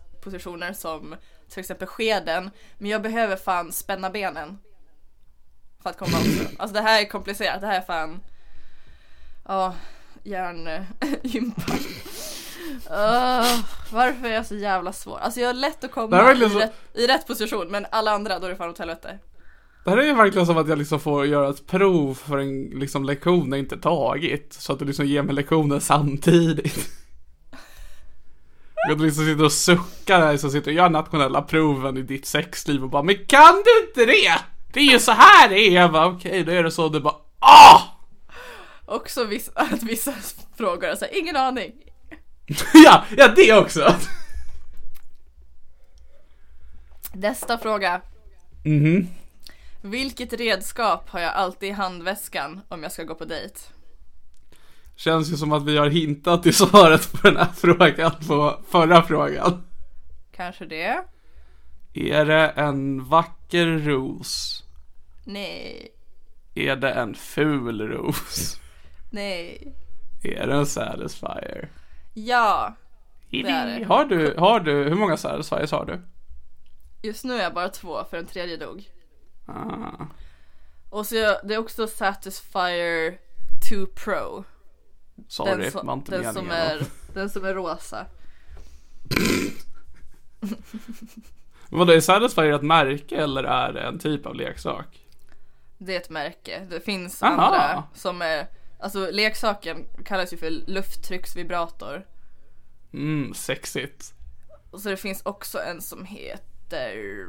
positioner som till exempel skeden. Men jag behöver fan spänna benen. För att komma också. Alltså det här är komplicerat. Det här är fan... Ja, hjärngympa. Åh, varför är jag så jävla svår? Alltså jag har lätt att Det här komma var i, liksom- rätt, i rätt position men alla andra då är det fan åt helvete. Det här är ju verkligen som att jag liksom får göra ett prov för en liksom, lektion jag inte tagit. Så att du liksom ger mig lektionen samtidigt. Och Att du liksom sitter och suckar här som sitter och gör nationella proven i ditt sexliv och bara Men kan du inte det? Det är ju så här det är! Jag bara, Okej, då är det så. Du bara ah! Också vissa, att vissa frågor är såhär, ingen aning. ja, ja det också! Nästa fråga. Mhm. Vilket redskap har jag alltid i handväskan om jag ska gå på dejt? Känns ju som att vi har hintat i svaret på den här frågan på förra frågan. Kanske det? Är det en vacker ros? Nej. Är det en ful ros? Nej. Är det en satisfier? Ja. Det är det. Har du, har du, hur många satisfiers har du? Just nu är jag bara två för den tredje dog. Ah. Och så jag, det är också Satisfyer 2 Pro. Sorry, som- var inte den, meningen. som är, den som är rosa. Vadå, är Satisfyer ett märke eller är det en typ av leksak? Det är ett märke. Det finns Aha. andra som är, alltså leksaken kallas ju för lufttrycksvibrator. Mm, sexigt. Och så det finns också en som heter...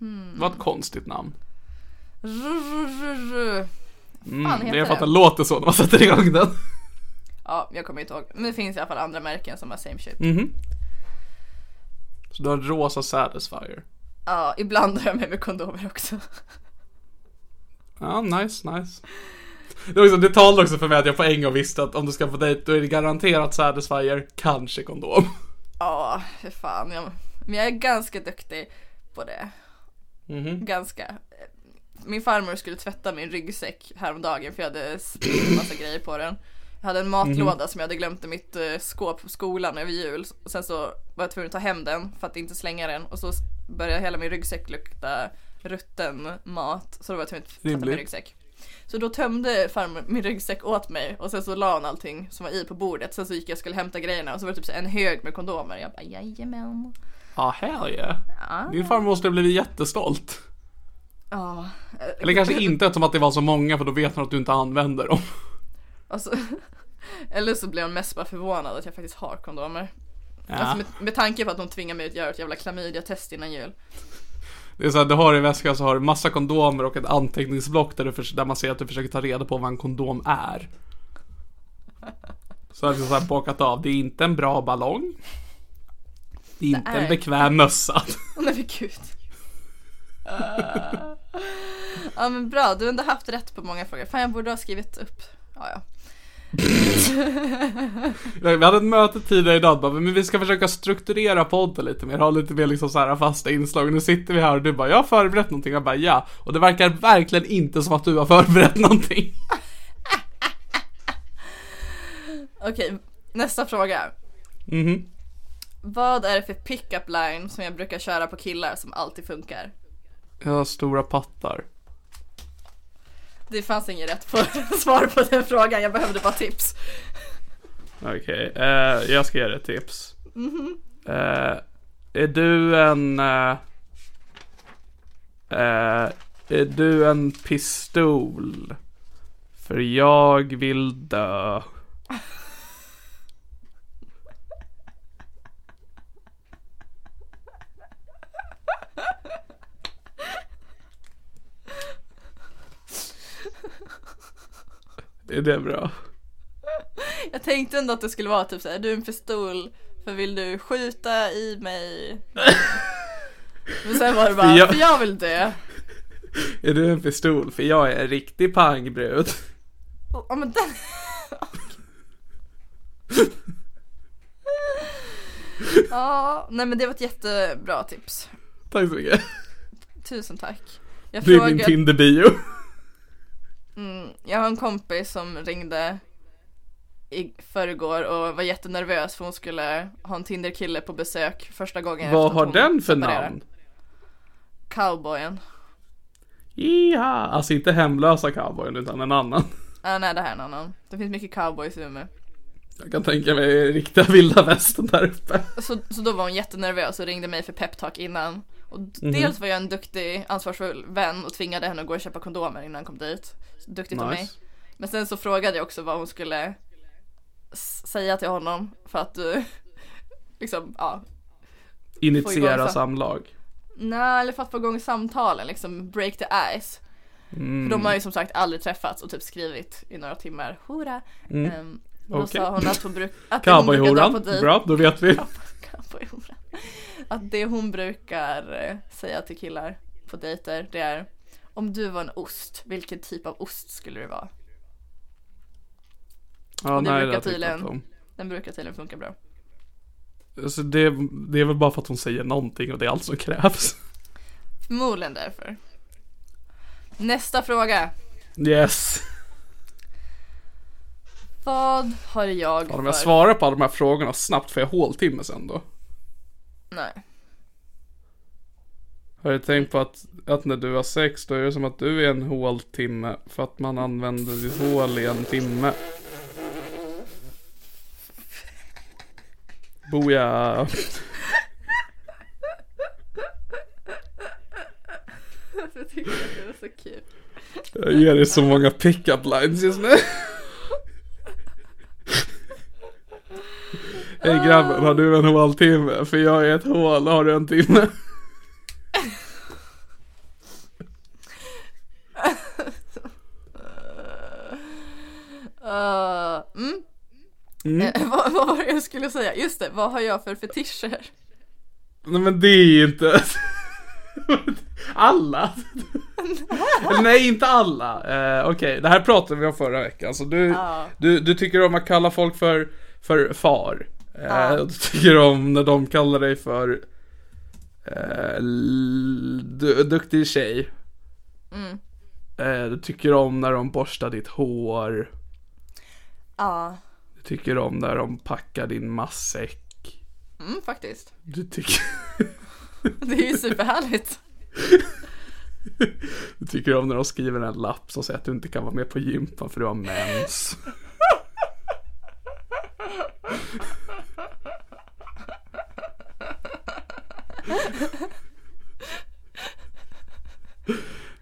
Mm. Vad ett konstigt namn. Fan heter det är för att den den? låter så när man sätter igång den. Ja, jag kommer inte ihåg. Men det finns i alla fall andra märken som har same shit. Så du har en rosa Satisfyer. Ja, ibland har jag med mig kondomer också. Ja, nice, nice. Det, var liksom, det talade också för mig att jag på en gång visste att om du ska på dejt då är det garanterat Satisfyer, kanske kondom. Ja, för fan. Jag, men jag är ganska duktig på det. Ganska. eh, Min farmor skulle tvätta min ryggsäck häromdagen för jag hade spillt en massa grejer på den. Jag hade en matlåda som jag hade glömt i mitt eh, skåp på skolan över jul. Och sen så var jag tvungen att ta hem den för att inte slänga den. Och så s- började hela min ryggsäck lukta rutten mat. Så då var jag tvungen att tvätta min Rimligt. ryggsäck. Så då tömde farmor min ryggsäck åt mig och sen så la hon allting som var i på bordet. Sen så gick jag och skulle hämta grejerna och så var det typ så en hög med kondomer. Jag bara jajamän. Ja, ah, hell yeah. Din farmor måste ha blivit jättestolt. Ja. Eller kanske inte eftersom att det var så många för då vet hon att du inte använder dem. Och så- Alltså, eller så blev hon mest bara förvånad att jag faktiskt har kondomer. Ja. Alltså med, med tanke på att hon tvingar mig att göra ett jävla klamydia-test innan jul. Det är så här, du har i väskan så har du massa kondomer och ett anteckningsblock där, du förs- där man ser att du försöker ta reda på vad en kondom är. Så har du så här bockat av, det är inte en bra ballong. Det är inte är- en bekväm mössa. Åh nej men gud. Ah. ja men bra, du har ändå haft rätt på många frågor. Fan jag borde ha skrivit upp. Ja, ja. Vi hade ett möte tidigare idag bara, men vi ska försöka strukturera podden lite mer, ha lite mer liksom så här fasta inslag. Nu sitter vi här och du bara, jag har förberett någonting. Jag bara, ja. Och det verkar verkligen inte som att du har förberett någonting. Okej, nästa fråga. Mhm. Vad är det för pick-up line som jag brukar köra på killar som alltid funkar? Jag har stora pattar. Det fanns ingen rätt på svar på den frågan, jag behövde bara tips. Okej, eh, jag ska ge dig ett tips. Eh, är du en... eh, eh, är du en pistol? För jag vill dö. Är det bra? Jag tänkte ändå att det skulle vara typ såhär, du är en pistol, för vill du skjuta i mig? Men sen var det bara, Ja. för jag vill dö. Är du en pistol? För jag är en riktig pangbrud. Och- Ja men den... Ja, nej men det var ett jättebra tips. Tack så mycket. Tusen tack. Jag Det är min frågade, Mm, Tinder-bio. jag har en kompis som ringde i förrgår och var jättenervös för hon skulle ha en Tinder-kille på besök första gången Vad efter att har hon den för separerade. namn? Cowboyen. Jaha, alltså inte hemlösa cowboyen utan en annan. Ah, nej det här är en annan. Det finns mycket cowboys i Umeå. Jag kan tänka mig riktiga vilda västern där uppe. Så, så då var hon jättenervös och ringde mig för peptalk innan. Och d- Mhm. dels var jag en duktig, ansvarsfull vän och tvingade henne att gå och köpa kondomer innan hon kom dit. Duktigt av mig. Nice. Men sen så frågade jag också vad hon skulle s- säga till honom för att du liksom, ja. Får igång Initiera så. samlag. Nej, eller för att få igång samtalen liksom, break the ice. För de har Mm. ju som sagt aldrig träffats och typ skrivit i några timmar, hora. Mm. då Okej. sa hon att hon, bruk- att hon brukar dra Cowboyhoran, på dejt. bra, då vet vi. Cowboyhoran. att det hon brukar eh, säga till killar på dejter det är om du var en ost, vilken typ av ost skulle du vara? Ja, det nej, brukar det har jag tyckt tydligen- inte om. Den brukar tydligen funka bra. Alltså det, det är väl bara för att hon säger någonting och det är allt som krävs. Förmodligen därför. Nästa fråga. Yes. Vad har jag Ja, om för... jag svarar på alla de här frågorna snabbt får jag håltimme sen då. Nej. Har du tänkt på att, att när du har sex då är det som att du är en håltimme för att man använder ditt hål i en timme. Boja. Jag tycker att det var så kul. Jag ger dig så många pick-up lines just nu. Hej grabben, har du en håltimme? För jag är ett hål, har du en timme? Eh, mm. Eh, vad, vad var det jag skulle säga? Just det, vad har jag för fetischer? Nej men det är ju inte... alla? Nej inte alla. Eh, Okej, det här pratade vi om förra veckan. Så du, du, du tycker om att kalla folk för, för far. Eh, Du tycker om när de kallar dig för eh, l- du, duktig tjej. Eh, du tycker om när de borstar ditt hår. Ja, Du tycker om när de packar din matsäck. mm, faktiskt. Du tycker... Det är ju superhärligt. Du tycker om när de skriver en lapp som säger att du inte kan vara med på gympan för du har mens.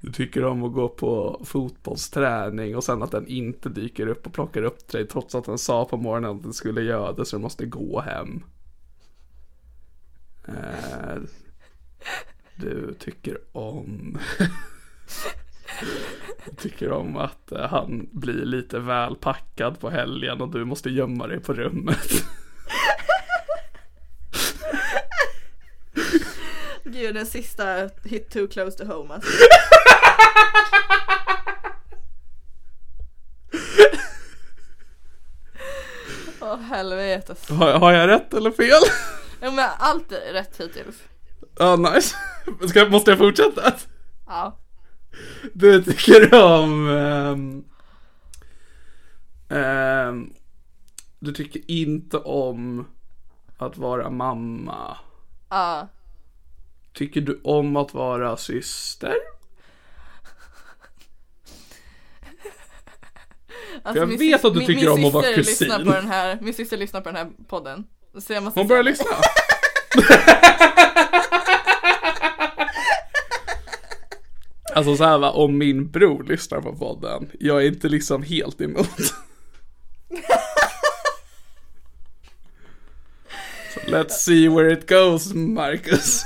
Du tycker om att gå på fotbollsträning och sen att den inte dyker upp och plockar upp dig trots att den sa på morgonen att den skulle göra det så du måste gå hem. Eh, Du tycker om tycker om att eh, han blir lite väl packad på helgen och du måste gömma dig på rummet. Gud, den sista hit too close to home alltså. Åh helvete. Har, har jag rätt eller fel? Jo men allt är rätt hittills. Ja, nice. Ska, måste jag fortsätta? Ja. Du tycker om... ehm, ehm, du tycker inte om att vara mamma. Ja. Tycker du om att vara syster? Alltså, jag min vet sys- att du min- tycker min om att vara syster lyssnar kusin. På den här, min syster lyssnar på den här podden. Så jag måste Hon börjar säga- lyssna. Alltså så här va, om min bror lyssnar på podden, jag är inte liksom helt emot. So let's see where it goes, Marcus.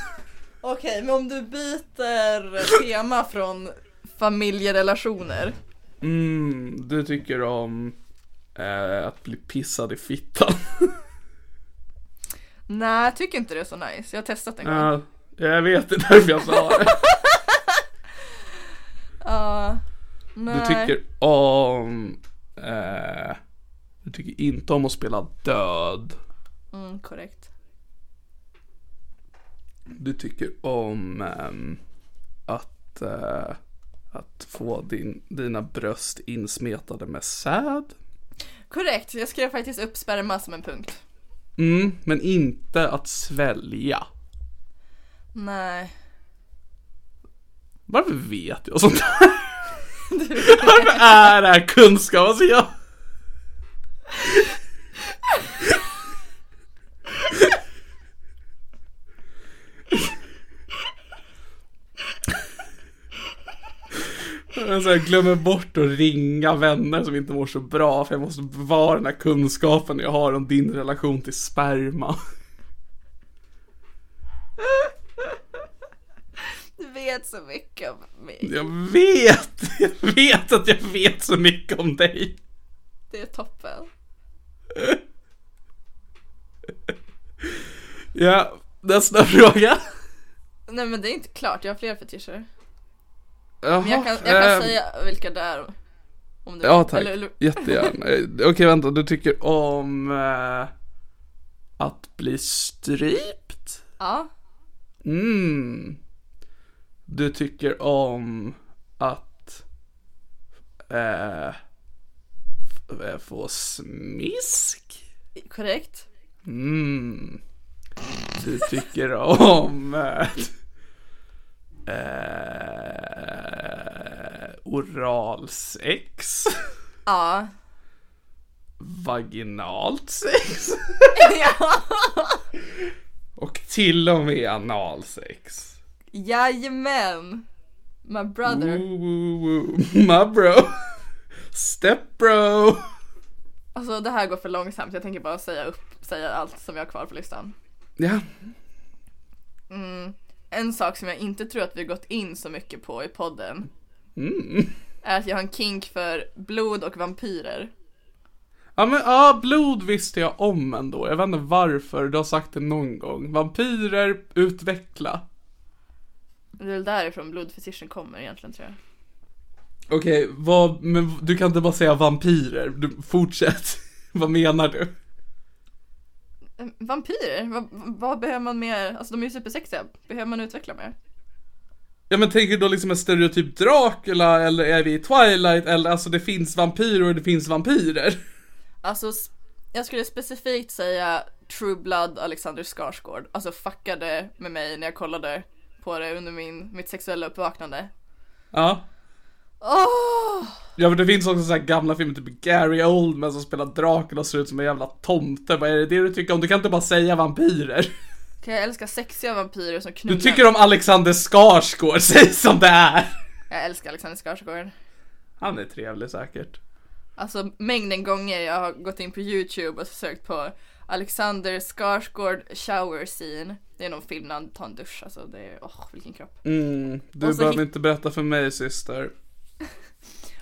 Okej, men om du byter tema från familjerelationer. Mm, du tycker om eh, att bli pissad i fittan. Nej, jag tycker inte det är så nice. Jag har testat en gång. Ja, jag vet, det är därför jag sa det. Ja, nej. Du tycker om... Eh, du tycker inte om att spela död. Mm, korrekt. Du tycker om ehm, att, eh, att få din, dina bröst insmetade med säd. Korrekt, jag skrev faktiskt upp sperma som en punkt. Mm, men inte att svälja. Nej. Varför vet jag sånt här? Varför är det här kunskap? Alltså jag... Alltså, Jag så här glömmer bort att ringa vänner som inte mår så bra för jag måste bevara den här kunskapen jag har om din relation till sperma. Du vet så mycket om mig. Jag vet, jag vet att jag vet så mycket om dig. Det är toppen. Ja, Nästa fråga. Nej men det är inte klart, jag har fler fetischer. Jaha, Men jag kan, jag kan ehm, säga vilka det är. Om du Ja vill. tack, Eller- eller- jättegärna. Eh, Okej vänta, du tycker om eh, att bli strypt? Ja, Mm. Du tycker om att eh, f- eh, få smisk? korrekt. Mm. Du tycker om eh, eh, oralsex? Ja. Vaginalt sex? ja. Och till och med analsex. Jajamän. My brother. Woo, woo, woo. My bro. Step bro. Alltså det här går för långsamt, jag tänker bara säga upp, säga allt som jag har kvar på listan. Ja. En sak som jag inte tror att vi har gått in så mycket på i podden Mm. är att jag har en kink för blod och vampyrer. Ja men ja, blod visste jag om ändå. Jag vet inte varför du har sagt det någon gång. Vampyrer, utveckla. Det är väl därifrån blodfetischen kommer egentligen tror jag. Okej, vad, men du kan inte bara säga vampyrer. Du, fortsätt. vad menar du? Eh, Vampyrer? Vad, vad behöver man mer? Alltså de är ju supersexiga. Behöver man utveckla mer? Ja men tänker du då liksom en stereotyp Dracula eller är vi i Twilight eller alltså det finns vampyrer och det finns vampyrer. Alltså s- jag skulle specifikt säga True Blood Alexander Skarsgård. Alltså fuckade med mig när jag kollade på det under min, mitt sexuella uppvaknande. Ja. Åh! Ja men det finns också så här gamla filmer, typ Gary Oldman som spelar Dracula och ser ut som en jävla tomte. Vad är det, det du tycker om? Du kan inte bara säga vampyrer. Kan jag älskar sexiga vampyrer som knullar. Du tycker om Alexander Skarsgård, säg som det är! Jag älskar Alexander Skarsgård. Han är trevlig säkert. Alltså mängden gånger jag har gått in på YouTube och sökt på Alexander Skarsgård shower scene. Det är någon film när han tar en dusch. Alltså det är, åh vilken kropp. Du Och så behöver hit- inte berätta för mig syster.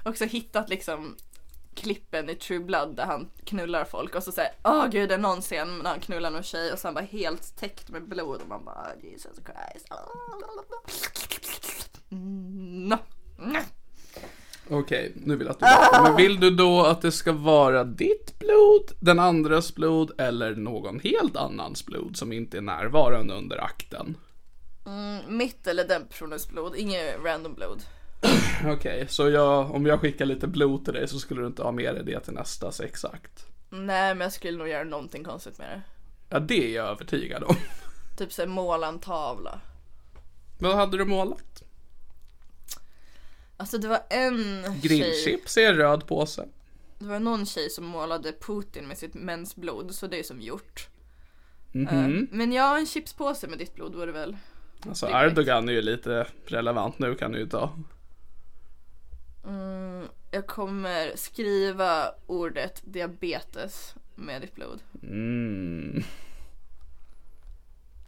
Också hittat liksom klippen i True Blood där han knullar folk och så säger åh gud det är någon scen när han knullar någon tjej och sen bara helt täckt med blod och man bara Jesus Christ. Mm. Okej, nu vill jag att du Men vill du då att det ska vara ditt blod, den andres blod eller någon helt annans blod som inte är närvarande under akten? Mm, mitt eller den personens blod, inget random blod. Okej, så jag, om jag skickar lite blod till dig så skulle du inte ha med dig det till nästa sexakt? Nej men jag skulle nog göra någonting konstigt med det. Ja, det är jag övertygad om. Typ såhär måla en tavla. Vad hade du målat? Alltså det var en tjej, Grillchips i en röd påse. det var någon tjej som målade Putin med sitt mensblod så det är som gjort. Eh, Men jag har en chipspåse med ditt blod var det väl? Alltså Det är korrekt. Erdogan är ju lite relevant nu kan du ju ta. Jag kommer skriva ordet diabetes med ditt blod. Mm.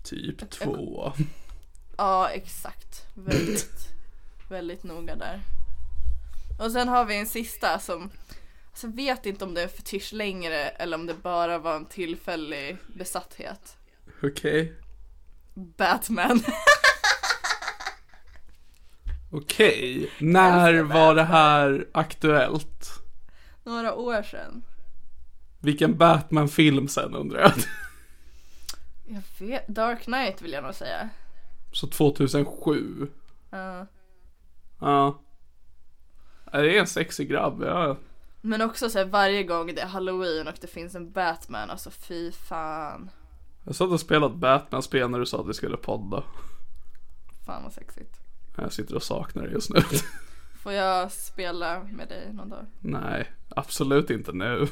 Typ två. Ja exakt, väldigt, väldigt noga där. Och sen har vi en sista som Alltså jag vet inte om det är en fetisch längre eller om det bara var en tillfällig besatthet. Okej. Batman. Okej. När var det här aktuellt? Några år sedan. Vilken Batman-film sen undrar jag. Jag vet, Dark Knight vill jag nog säga. Så 2007. Ja. Ja. Ja, Det är en sexig grabb. Ja. Men också så här, varje gång det är halloween och det finns en Batman, alltså fy fan. Jag satt och spelade Batman-spel när du sa att vi skulle podda. Fan vad sexigt. Jag sitter och saknar det just nu. Får jag spela med dig någon dag? Nej, absolut inte nu.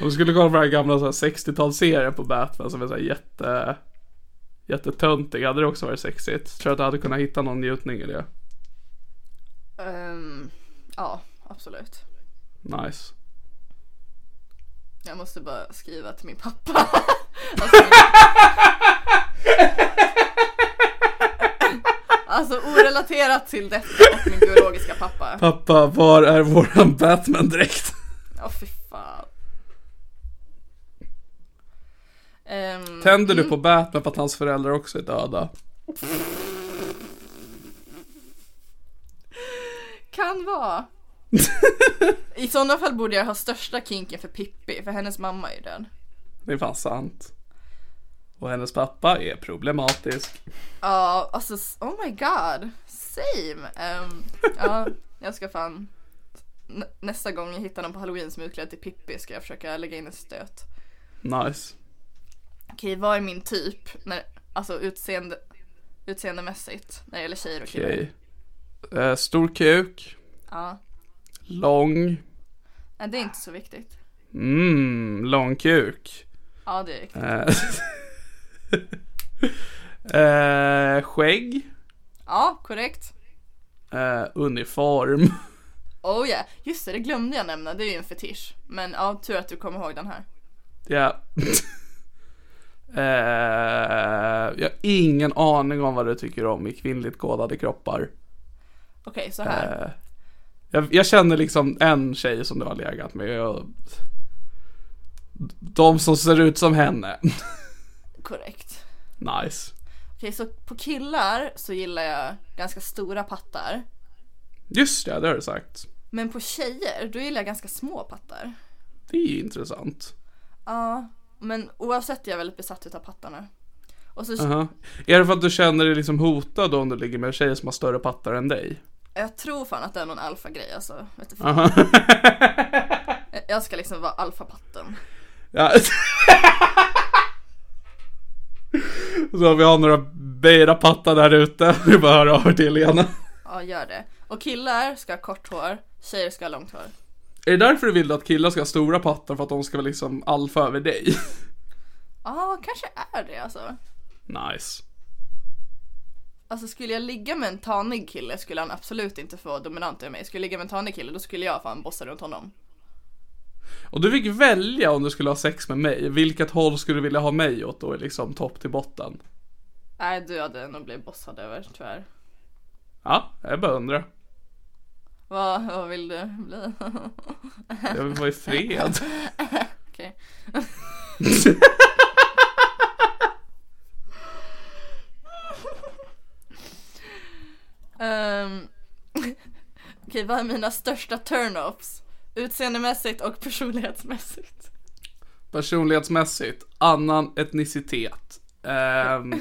Om du skulle kolla på den här gamla så här 60-talsserien på Batman som är så här jätte... Jättetöntig, hade det också varit sexigt? Tror att du hade kunnat hitta någon njutning i det? Ehm, ja, absolut. Nice. Jag måste bara skriva till min pappa. alltså... alltså orelaterat till detta och min biologiska pappa. Pappa, var är våran Batman-dräkt? Åh fy fan. Ehm, Tänder du på Batman för att hans föräldrar också är döda? Kan vara. I sådana fall borde jag ha största kinken för Pippi, för hennes mamma är ju död. Det är fan sant. Och hennes pappa är problematisk. Ja, alltså s- oh my god. Same. Ehm, ja, jag ska fan. N- nästa gång jag hittar någon på halloween som är utklädd till Pippi ska jag försöka lägga in en stöt. Nice. Okej, vad är min typ? När, alltså utseende, utseendemässigt när det gäller tjejer och killar. Okej. Eh, stor kuk. Ja, Lång. Nej, det är inte så viktigt. Mm, lång kuk. Ja, det är viktigt. Eh, eh, skägg. Ja, korrekt. Eh, uniform. Oh yeah. Just det, det glömde jag nämna. Det är ju en fetisch. Men ja, tur att du kom ihåg den här. Ja. eh, jag har ingen aning om vad du tycker om i kvinnligt kodade kroppar. Okej, så här. Jag, jag känner liksom en tjej som du har legat med och de som ser ut som henne. Korrekt. nice. Okej, så på killar så gillar jag ganska stora pattar. Just det, det har du sagt. Men på tjejer, då gillar jag ganska små pattar. Det är ju intressant. Ja, men oavsett är jag väldigt besatt utav pattarna. Och så, Aha. Är det för att du känner dig liksom hotad om du ligger med tjejer som har större pattar än dig? jag tror fan att det är någon alfa-grej alltså. Vet du, fan. Aha. Jag ska liksom vara alfapatten. ja. Så vi har några beta-pattar där ute. Vi bara hör av er till Lena. Ja, gör det. Och killar ska ha kort hår, tjejer ska ha långt hår. Är det därför du vill att killar ska ha stora pattar för att de ska vara liksom alfa över dig? Ja, kanske är det alltså. Nice. Alltså skulle jag ligga med en tanig kille skulle han absolut inte få vara dominant över mig. Skulle jag ligga med en tanig kille då skulle jag fan bossa runt honom. Och du fick välja om du skulle ha sex med mig. Vilket håll skulle du vilja ha mig åt då? Liksom topp till botten. Nej, du hade nog blivit bossad över tyvärr. Ja, jag bara undrar. Vad, vad vill du bli? Jag vill vara i fred. Okej. Ehm, Okej, vad är mina största turn-offs? Utseendemässigt och personlighetsmässigt. Personlighetsmässigt, annan etnicitet. Ehm,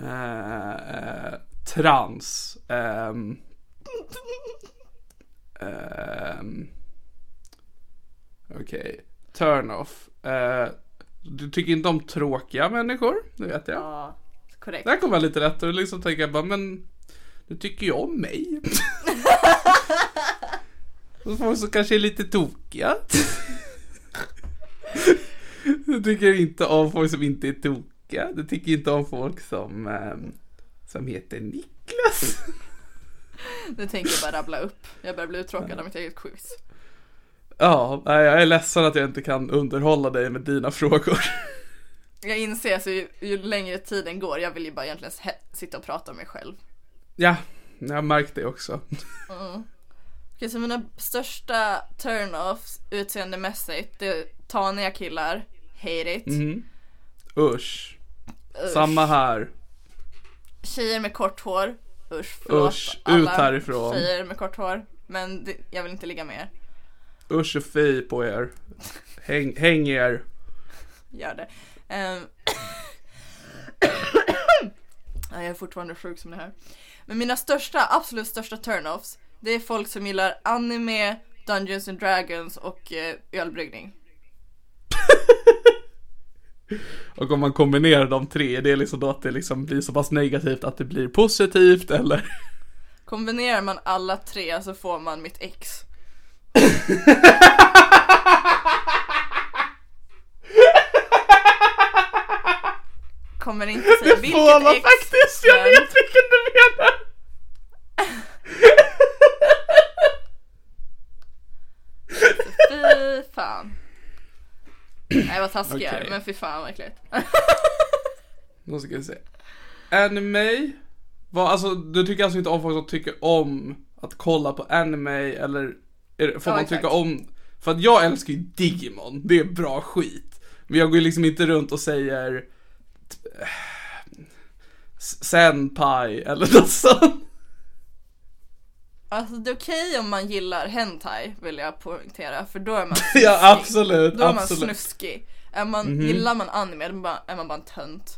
eh, trans. Ehm, ehm, Okej, turn-off. Eh, du tycker inte om tråkiga människor, det vet jag. Ja, korrekt. Det här kommer vara lite lättare att liksom tänka bara, men du tycker ju om mig. Och folk som kanske är lite tokiga. Du tycker inte om folk som inte är tokiga. Du tycker inte om folk som, ehm, som heter Niklas. Nu tänker jag bara rabbla upp. Jag börjar bli uttråkad av mitt eget quiz. Ja, nej, jag är ledsen att jag inte kan underhålla dig med dina frågor. Jag inser så ju, ju längre tiden går, jag vill ju bara egentligen he- sitta och prata med mig själv. Ja, jag har märkt det också. Okej, så mina största turn-offs utseendemässigt, det är taniga killar, hate it. Usch. Usch. Samma här. Tjejer med kort hår, usch förlåt Usch, alla ut härifrån. tjejer med kort hår. Men det, jag vill inte ligga med er, Usch och fy på er. Häng, häng er. gör det. Ehm. Ja, jag är fortfarande sjuk som ni hör. Men mina största, absolut största turn-offs, det är folk som gillar anime, Dungeons and Dragons och eh, ölbryggning. Och om man kombinerar de tre, är det liksom då att det liksom blir så pass negativt att det blir positivt eller? Kombinerar man alla tre så får man mitt ex. Kommer inte säga vilket Får man ex. faktiskt, jag men- vet vilken du menar! Fy fan. Nej vad taskig jag är, Okej. men fy fan vad äckligt. Då ska vi se. Anime? Vad, alltså, du tycker alltså inte om folk som tycker om att kolla på anime eller är det, Ja, får man exakt. tycka om För att jag älskar ju Digimon, det är bra skit. Men jag går ju liksom inte runt och säger t- eh, s- Senpai eller något sånt. Alltså det är okej om man gillar hentai vill jag poängtera för då är man snuskig. Ja, absolut, Då är man absolut. snuskig. Är man, Gillar man anime då bara- är man bara en tönt.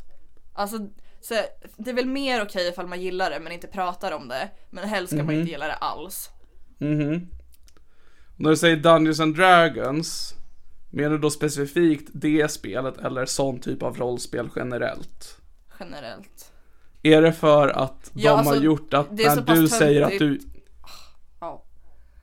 Alltså så, det är väl mer okej ifall man gillar det men inte pratar om det. Men helst ska man inte gilla det alls. När du säger Dungeons and Dragons, menar du då specifikt det spelet eller sån typ av rollspel generellt? Generellt. Är det för att de Ja, alltså, har gjort att det är när så pass du säger att du... töntigt. Ah, Ja.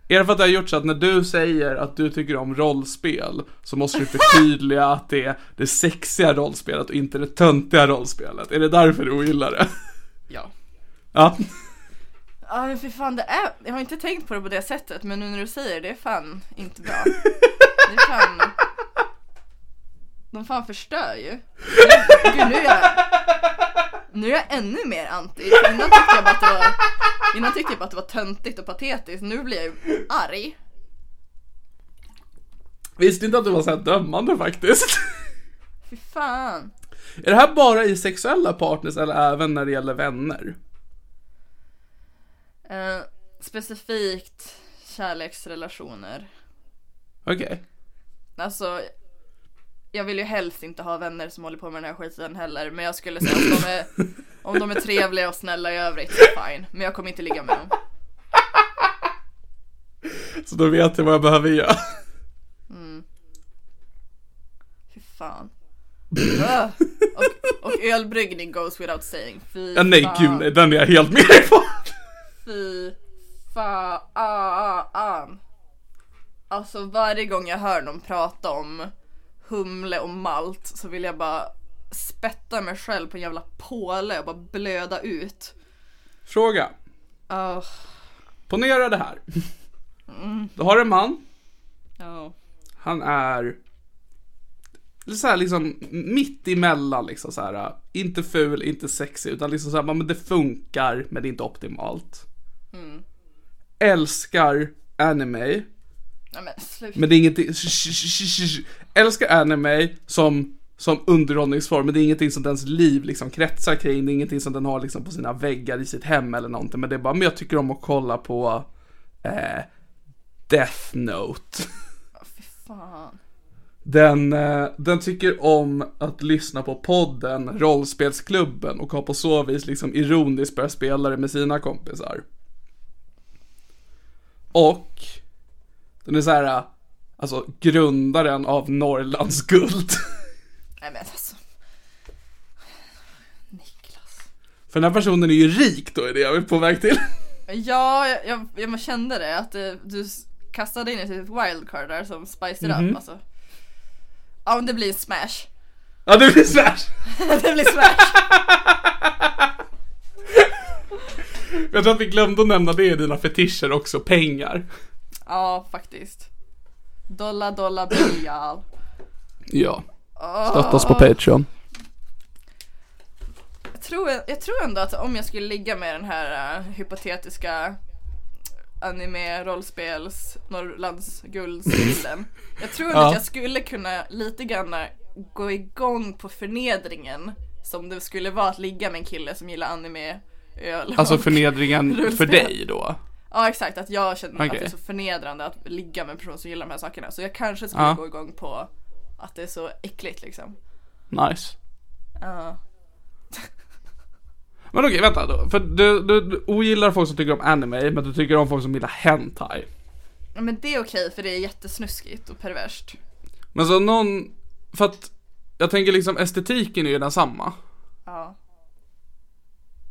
Är det för att det har gjort så att när du säger att du tycker om rollspel så måste du förtydliga att det är det sexiga rollspelet och inte det töntiga rollspelet? Är det därför du ogillar det? Ja. Ja. Ja men för fan det är, jag har inte tänkt på det på det sättet men nu när du säger det, det är fan inte bra. Det är fan... De fan förstör ju. Gud nu är jag... Nu är jag ännu mer anti. Innan tyckte jag bara att det var, innan tyckte jag bara att det var töntigt och patetiskt. Nu blir jag ju arg. Visste inte att du var så här dömande faktiskt. Fy fan. Är det här bara i sexuella partners eller även när det gäller vänner? Eh, specifikt kärleksrelationer. Okej. Alltså, jag vill ju helst inte ha vänner som håller på med den här skiten heller. Men jag skulle säga att de är, om de är trevliga och snälla i övrigt så fine. Men jag kommer inte ligga med dem. Så då vet jag vad jag behöver göra. Fy fan. Ugh. Och, och ölbryggning goes without saying. Fy Ja, nej, gud fan. nej, den är jag helt med dig på. Fy fan. Alltså varje gång jag hör någon prata om humle och malt så vill jag bara spätta mig själv på en jävla påle och bara blöda ut. Fråga. Åh. Ponera det här. Du har en man. Ja. Han är så här liksom mitt emellan liksom så här. Inte ful, inte sexig, utan liksom så här, men det funkar, men det är inte optimalt. Älskar anime, Nej men sluta. men det är ingenting... Älskar anime som, som underhållningsform, men det är ingenting som dens liv liksom kretsar kring. Det är ingenting som den har liksom på sina väggar i sitt hem eller någonting. Men det är bara, men jag tycker om att kolla på eh, Death Note. Fy fan. Den, eh, den tycker om att lyssna på podden Rollspelsklubben och har på så vis liksom ironiskt börjat spela det med sina kompisar. Och den är så här, alltså grundaren av Norrlands guld. Nej men alltså. Niklas. För den här personen är ju rik då är det jag är på väg till. Ja, jag, jag, jag kände det. Att eh, du s- kastade in ett litet wildcard där som spice it up alltså. Ja men det blir smash. Ja det blir smash! det blir smash. Jag tror att vi glömde att nämna det i dina fetischer också, pengar. Ja faktiskt. Dollar dollar biljal. Ja. Stötta oss på Patreon. Jag tror, jag tror ändå att om jag skulle ligga med den här eh, hypotetiska anime rollspels Norrlands guldskillen. Jag tror ändå att jag skulle kunna lite grann gå igång på förnedringen som det skulle vara att ligga med en kille som gillar anime, öl. Alltså och- förnedringen för Rullspel. dig då? Ja exakt, att jag känner att det är Okej. så förnedrande att ligga med en person som gillar de här sakerna. Så jag kanske skulle Ja. gå igång på att det är så äckligt liksom. Nice. Ja. Men okej, vänta då. För du, du, du ogillar folk som tycker om anime, men du tycker om folk som gillar hentai. Ja, Men det är okej för det är jättesnuskigt och perverst. Men så någon, för att jag tänker liksom estetiken är ju densamma. Ja.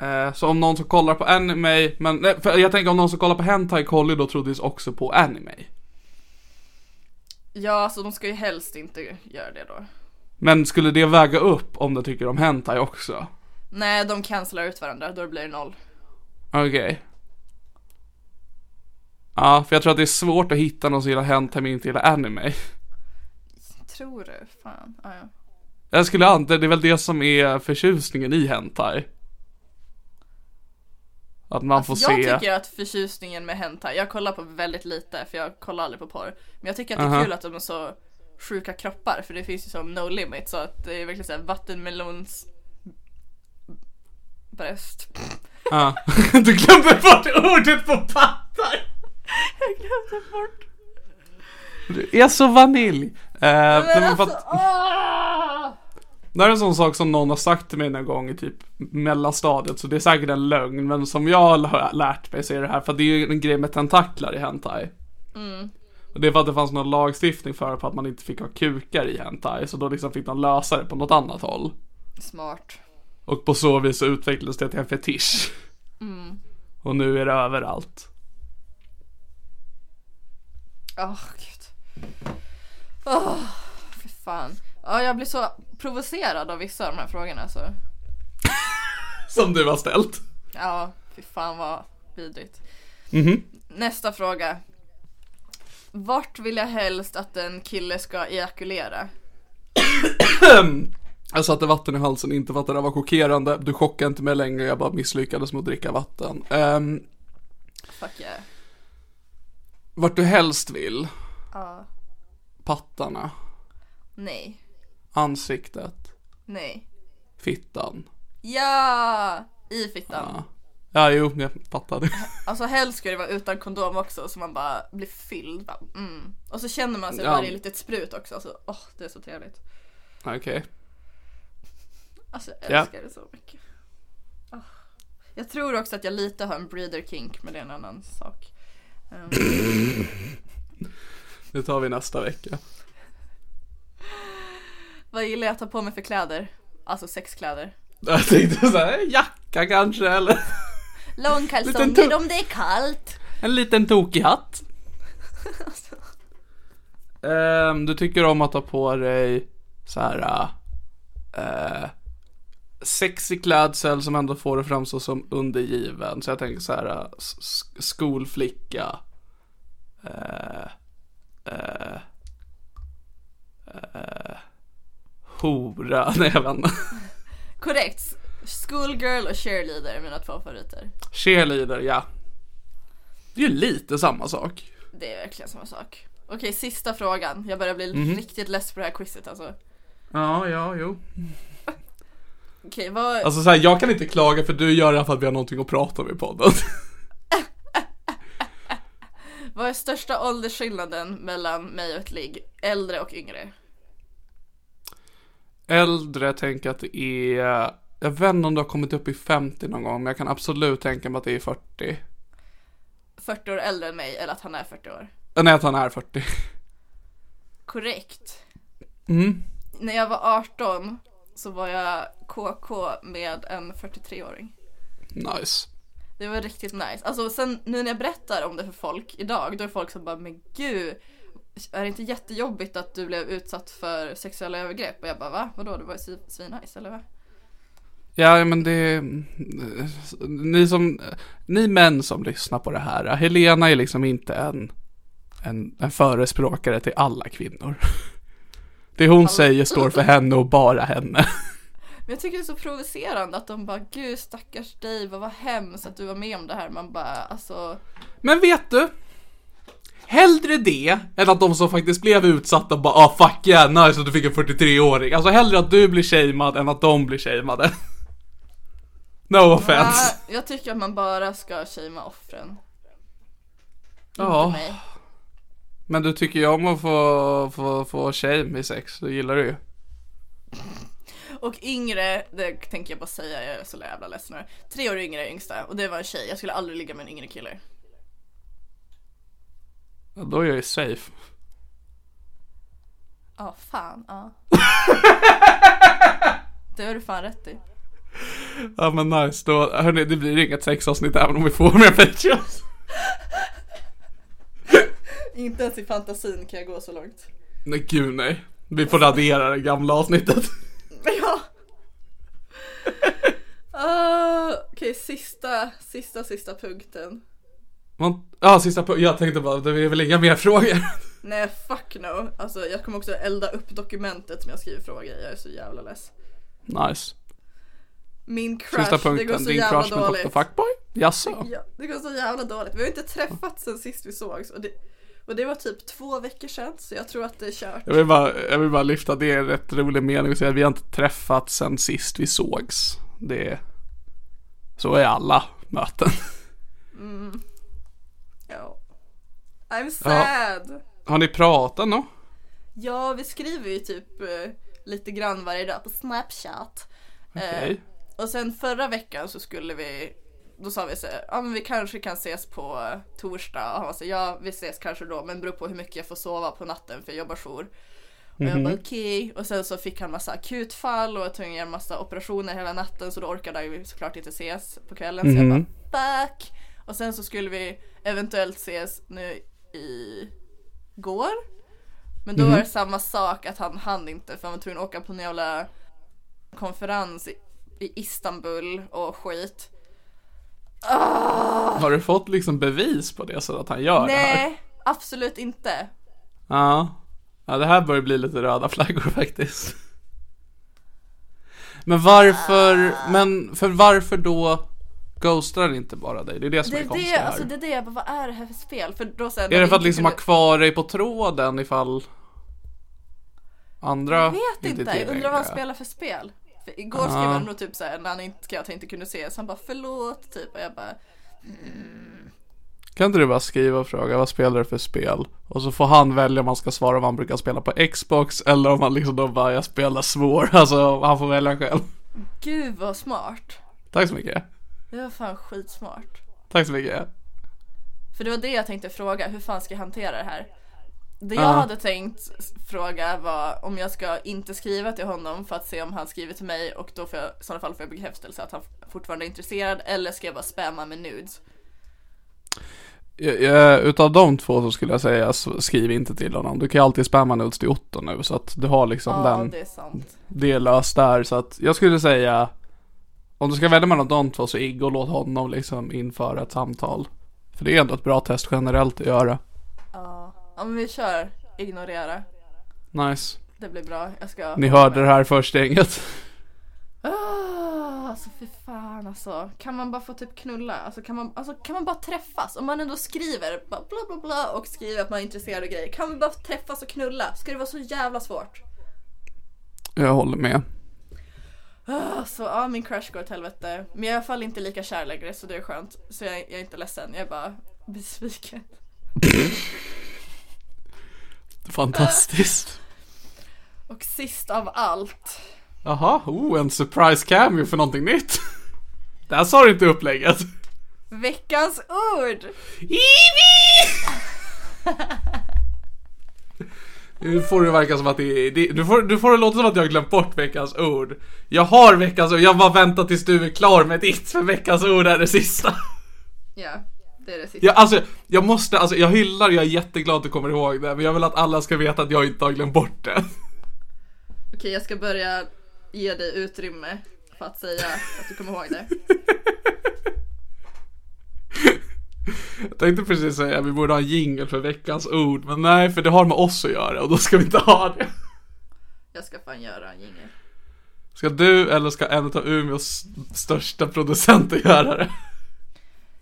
Eh, så om någon som kollar på anime, men nej, för jag tänker om någon som kollar på hentai kollar ju då troligtvis också på anime. Ja, alltså de ska ju helst inte göra det då. Men skulle det väga upp om de tycker om hentai också? Nej, de cancelar ut varandra, då blir det noll. Okej. Ja, för jag tror att det är svårt att hitta någon som gillar hentai men inte gillar anime. Tror du? Fan. Ah, Ja, ja. Jag skulle anta, det är väl det som är förtjusningen i hentai. Att man får Alltså, Jag se. tycker att förtjusningen med hentai, jag kollar på väldigt lite för jag kollar aldrig på porr. Men jag tycker att det är Aha. kul att de är så sjuka kroppar för det finns ju som no limit så att det är verkligen såhär vattenmelons bröst. Ja. Du glömde bort ordet på pattar! Jag glömde bort. Du är så vanilj. Eh, nej, men för att- alltså, Åh! Det här är en sån sak som någon har sagt till mig någon gång i typ mellanstadiet, så det är säkert en lögn, men som jag har lärt mig så är det här, för det är ju en grej med tentaklar i hentai. Mm. Och det är för att det fanns någon lagstiftning för, för att man inte fick ha kukar i hentai, så då liksom fick de lösa det på något annat håll. Smart. Och på så vis så utvecklades det till en fetisch. Och nu är det överallt. Åh gud. Åh, fy fan. Ja, jag blir så provocerad av vissa av de här frågorna så. Som du har ställt. Ja, fy fan vad vidrigt. Mhm. Nästa fråga. Vart vill jag helst att en kille ska ejakulera? Jag satte vatten i halsen, inte för att det där var chockerande. Du chockade inte mig längre, jag bara misslyckades med att dricka vatten. Ehm, Fuck yeah. Vart du helst vill. Ja. Pattarna. Nej. Ansiktet. Nej. Fittan. Ja! I fittan. Ja, jo, jag fattade. Alltså helst ska det vara utan kondom också så man bara blir fylld. Bara, mm. Och så känner man sig Ja. varje litet sprut också. Alltså, åh, det är så trevligt. Okej. Alltså jag Ja. älskar det så mycket. Ah. Jag tror också att jag lite har en breeder kink men det är en annan sak. Ehm, Det tar vi nästa vecka. vad gillar jag att ta på mig för kläder? Alltså sexkläder. Jag tänkte såhär, jacka kanske eller Liten Långkalsonger tupp. om det är kallt. en liten tokig hatt. Ehm, du tycker om att ha på dig så här eh, sexig klädsel som ändå får dig att framstå som undergiven. Så jag tänker så här eh, s- s- skolflicka. Eh, eh, eh, hora. Nej, jag vet inte. Korrekt. Schoolgirl och cheerleader är mina två favoriter. Cheerleader, ja. Det är ju lite samma sak. Det är verkligen samma sak. Okej, sista frågan. Jag börjar bli Mhm. riktigt less på det här quizet alltså. Ja, ja, jo. Okej, vad... Alltså så här, jag kan inte klaga för du gör det för att vi har någonting att prata om i podden. Vad är största åldersskillnaden mellan mig och ett ligg? Äldre och yngre? Äldre tänker att det är, jag vet inte om du har kommit upp i 50 någon gång, men jag kan absolut tänka mig att det är 40. 40 år äldre än mig eller att han är 40 år? Äh, Nej, att han är 40. Korrekt. Mm. När jag var 18 så var jag KK med en 43-åring. Nice. Det var riktigt nice. Alltså sen nu när jag berättar om det för folk idag då är folk som bara men gud är det inte jättejobbigt att du blev utsatt för sexuella övergrepp? Och jag bara va? Vadå? Det var ju svi- svinnice eller va? Ja, men det, mm, ni som, ni män som lyssnar på det här, Helena är liksom inte en, en, en förespråkare till alla kvinnor. Det hon säger står för henne och bara henne. Men jag tycker det är så provocerande att de bara gud stackars dig vad var hemskt att du var med om det här. Man bara alltså Men vet du? Hellre det än att de som faktiskt blev utsatta bara ah fuck yeah nice att du fick en 43-åring. Alltså hellre att du blir shamed än att de blir shameade. No offense. nej, jag tycker att man bara ska shamea offren. Ja, Mig. men du tycker ju om att få, få, få shame i sex, det gillar du ju. Och yngre, det tänker jag bara säga, jag är så jävla ledsen nu. Tre år yngre är yngsta och det var en tjej, jag skulle aldrig ligga med en yngre kille. Ja, då är jag ju safe. Ja, fan, ja. det har du fan rätt i. Ja men nice, då, hörni det blir inget sexavsnitt även om vi får mer patreons. Inte ens i fantasin kan jag gå så långt. Nej gud nej. Vi får radera det gamla avsnittet. Ja. Ah, Okej, sista, sista, sista punkten. Man, ja sista på, jag tänkte bara, det är väl inga mer frågor. Nej, fuck no. Alltså, jag kommer också elda upp dokumentet som jag skriver frågor i. Jag är så jävla less. Nice. Min crush, Sista det går punkten, så din jävla crush med dåligt. Dr. Fuckboy? Jaså? Ja, det går så jävla dåligt. Vi har inte träffats sen sist vi sågs och det, och det var typ två veckor sedan så jag tror att det är kört. Jag vill, bara, jag vill bara lyfta, det är en rätt rolig mening att säga vi har inte träffats sen sist vi sågs. Det är... Så är alla möten. Ja. I'm sad! Ja. Har ni pratat nå? Eh. vi skriver ju typ eh, lite grann varje dag på Snapchat. Eh, Okej. Och sen förra veckan så skulle vi, då sa vi så här, ja men vi kanske kan ses på eh, torsdag. Och han var så här, ja vi ses kanske då men beror på hur mycket jag får sova på natten för jag jobbar jour. Och jag bara okej. Och sen så fick han massa akutfall och var tvungen att göra massa operationer hela natten så då orkade jag ju såklart inte ses på kvällen. Så jag bara fuck. Och sen så skulle vi eventuellt ses nu i går. Men då var det samma sak att han hann inte för han var tvungen att åka på en jävla konferens i, i Istanbul och skit. Har du fått liksom bevis på det så att han gör det här? Nej, absolut inte. Ja. ja, det här börjar bli lite röda flaggor faktiskt. Men varför, Ah. men för varför då ghostar han inte bara dig? Det är det som Det är är det konstigt det, här. alltså det är det jag bara, vad är det här för spel? För då sen, Är det för att liksom ha kvar dig på tråden ifall andra Jag vet inte, jag ger undrar vad han längre? spelar för spel. För igår skrev han nog typ såhär, när han inte skrev att han inte kunde ses, han bara förlåt typ och jag bara Kan inte du bara skriva och fråga vad spelar du för spel? Och så får han välja om han ska svara om han brukar spela på Xbox eller om han liksom då bara jag spelar svår. Alltså han får välja själv. gud vad smart. Tack så mycket. Det var fan skitsmart. Tack så mycket. För det var det jag tänkte fråga, hur fan ska jag hantera det här? Det jag Ja. hade tänkt s- fråga var om jag ska inte skriva till honom för att se om han skriver till mig och då får jag, i sådana fall får jag bekräftelse att han fortfarande är intresserad eller ska jag bara spamma med nudes? Jag- jag- Utav de två så skulle jag säga s- skriv inte till honom. Du kan ju alltid spamma nudes till Otto nu så att du har liksom Ja, den. det är sant. det är löst där. Så att jag skulle säga, om du ska välja mellan de två så igg och låt honom liksom införa ett samtal. För det är ändå ett bra test generellt att göra. Ja men vi kör ignorera. Nice. Det blir bra. Jag ska... Ni hörde det här först gänget. Ah, alltså fy fan alltså. Kan man bara få typ knulla? Alltså kan man, alltså, kan man bara träffas? Om man ändå skriver bara bla bla bla och skriver att man är intresserad av grejer. Kan vi bara träffas och knulla? Ska det vara så jävla svårt? Jag håller med. Alltså ja, min crush går åt helvete. Men jag är i alla fall inte lika kär längre så det är skönt. Så jag, jag är inte ledsen, jag är bara besviken. Fantastiskt. Och sist av allt. Jaha, oh, en surprise cameo för någonting nytt. Där sa du inte upplägget. Veckans ord! Nu får det verka som att det är... Det, du, får, du får det låta som att jag har glömt bort veckans ord. Jag har veckans ord, jag bara väntar tills du är klar med ditt, för veckans ord är det sista. Ja, det är det sista. Jag, alltså, jag måste, alltså jag hyllar, jag är jätteglad att du kommer ihåg det, men jag vill att alla ska veta att jag inte har glömt bort det. Okej, jag ska börja ge dig utrymme för att säga att du kommer ihåg det. Jag tänkte precis säga att vi borde ha en jingle för veckans ord, men nej, för det har med oss att göra och då ska vi inte ha det. Jag ska fan göra en jingel. Ska du eller ska en av Umeås största producenter göra det?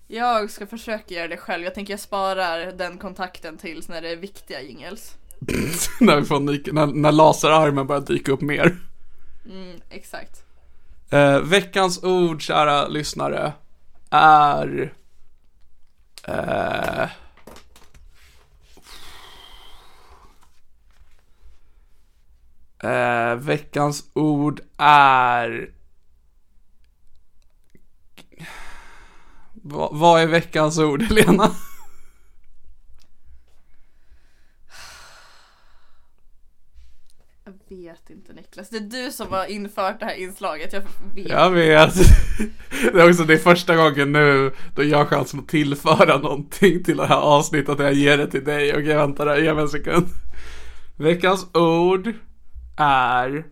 Jag ska försöka göra det själv. Jag tänker jag sparar den kontakten tills när det är viktiga jingels. när vi får en ny, när, när laserarmen börjar dyka upp mer. Exakt. Eh, veckans ord, kära lyssnare, är... Eh, eh, veckans ord är... Va, vad är veckans ord, Helena? Jag vet inte Niklas. Det är du som har infört det här inslaget. Jag vet. Jag vet. Det är också det är första gången nu då jag har chansen att tillföra någonting till det här avsnittet. Att jag ger det till dig. Okej, vänta där. Ge mig en sekund. Veckans ord är...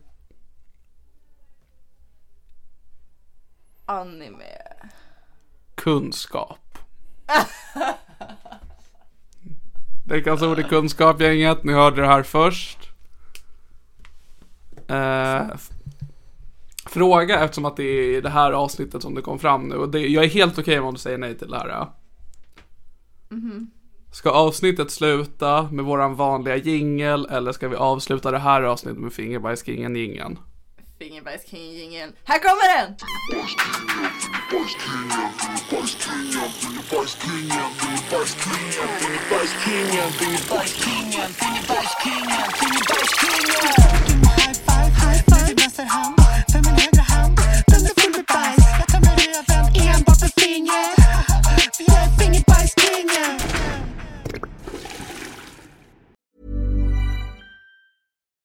Anime. kunskap. Veckans ord är kunskap gänget, ni hörde det här först. Eh, f- fråga eftersom att det är i det här avsnittet som det kom fram nu. Och det, jag är helt okej med om du säger nej till det här. Ja. Ska avsnittet sluta med våran vanliga jingel eller ska vi avsluta det här avsnittet med Fingerbajskingen-jingeln? Fingerbajskingen. Här kommer den!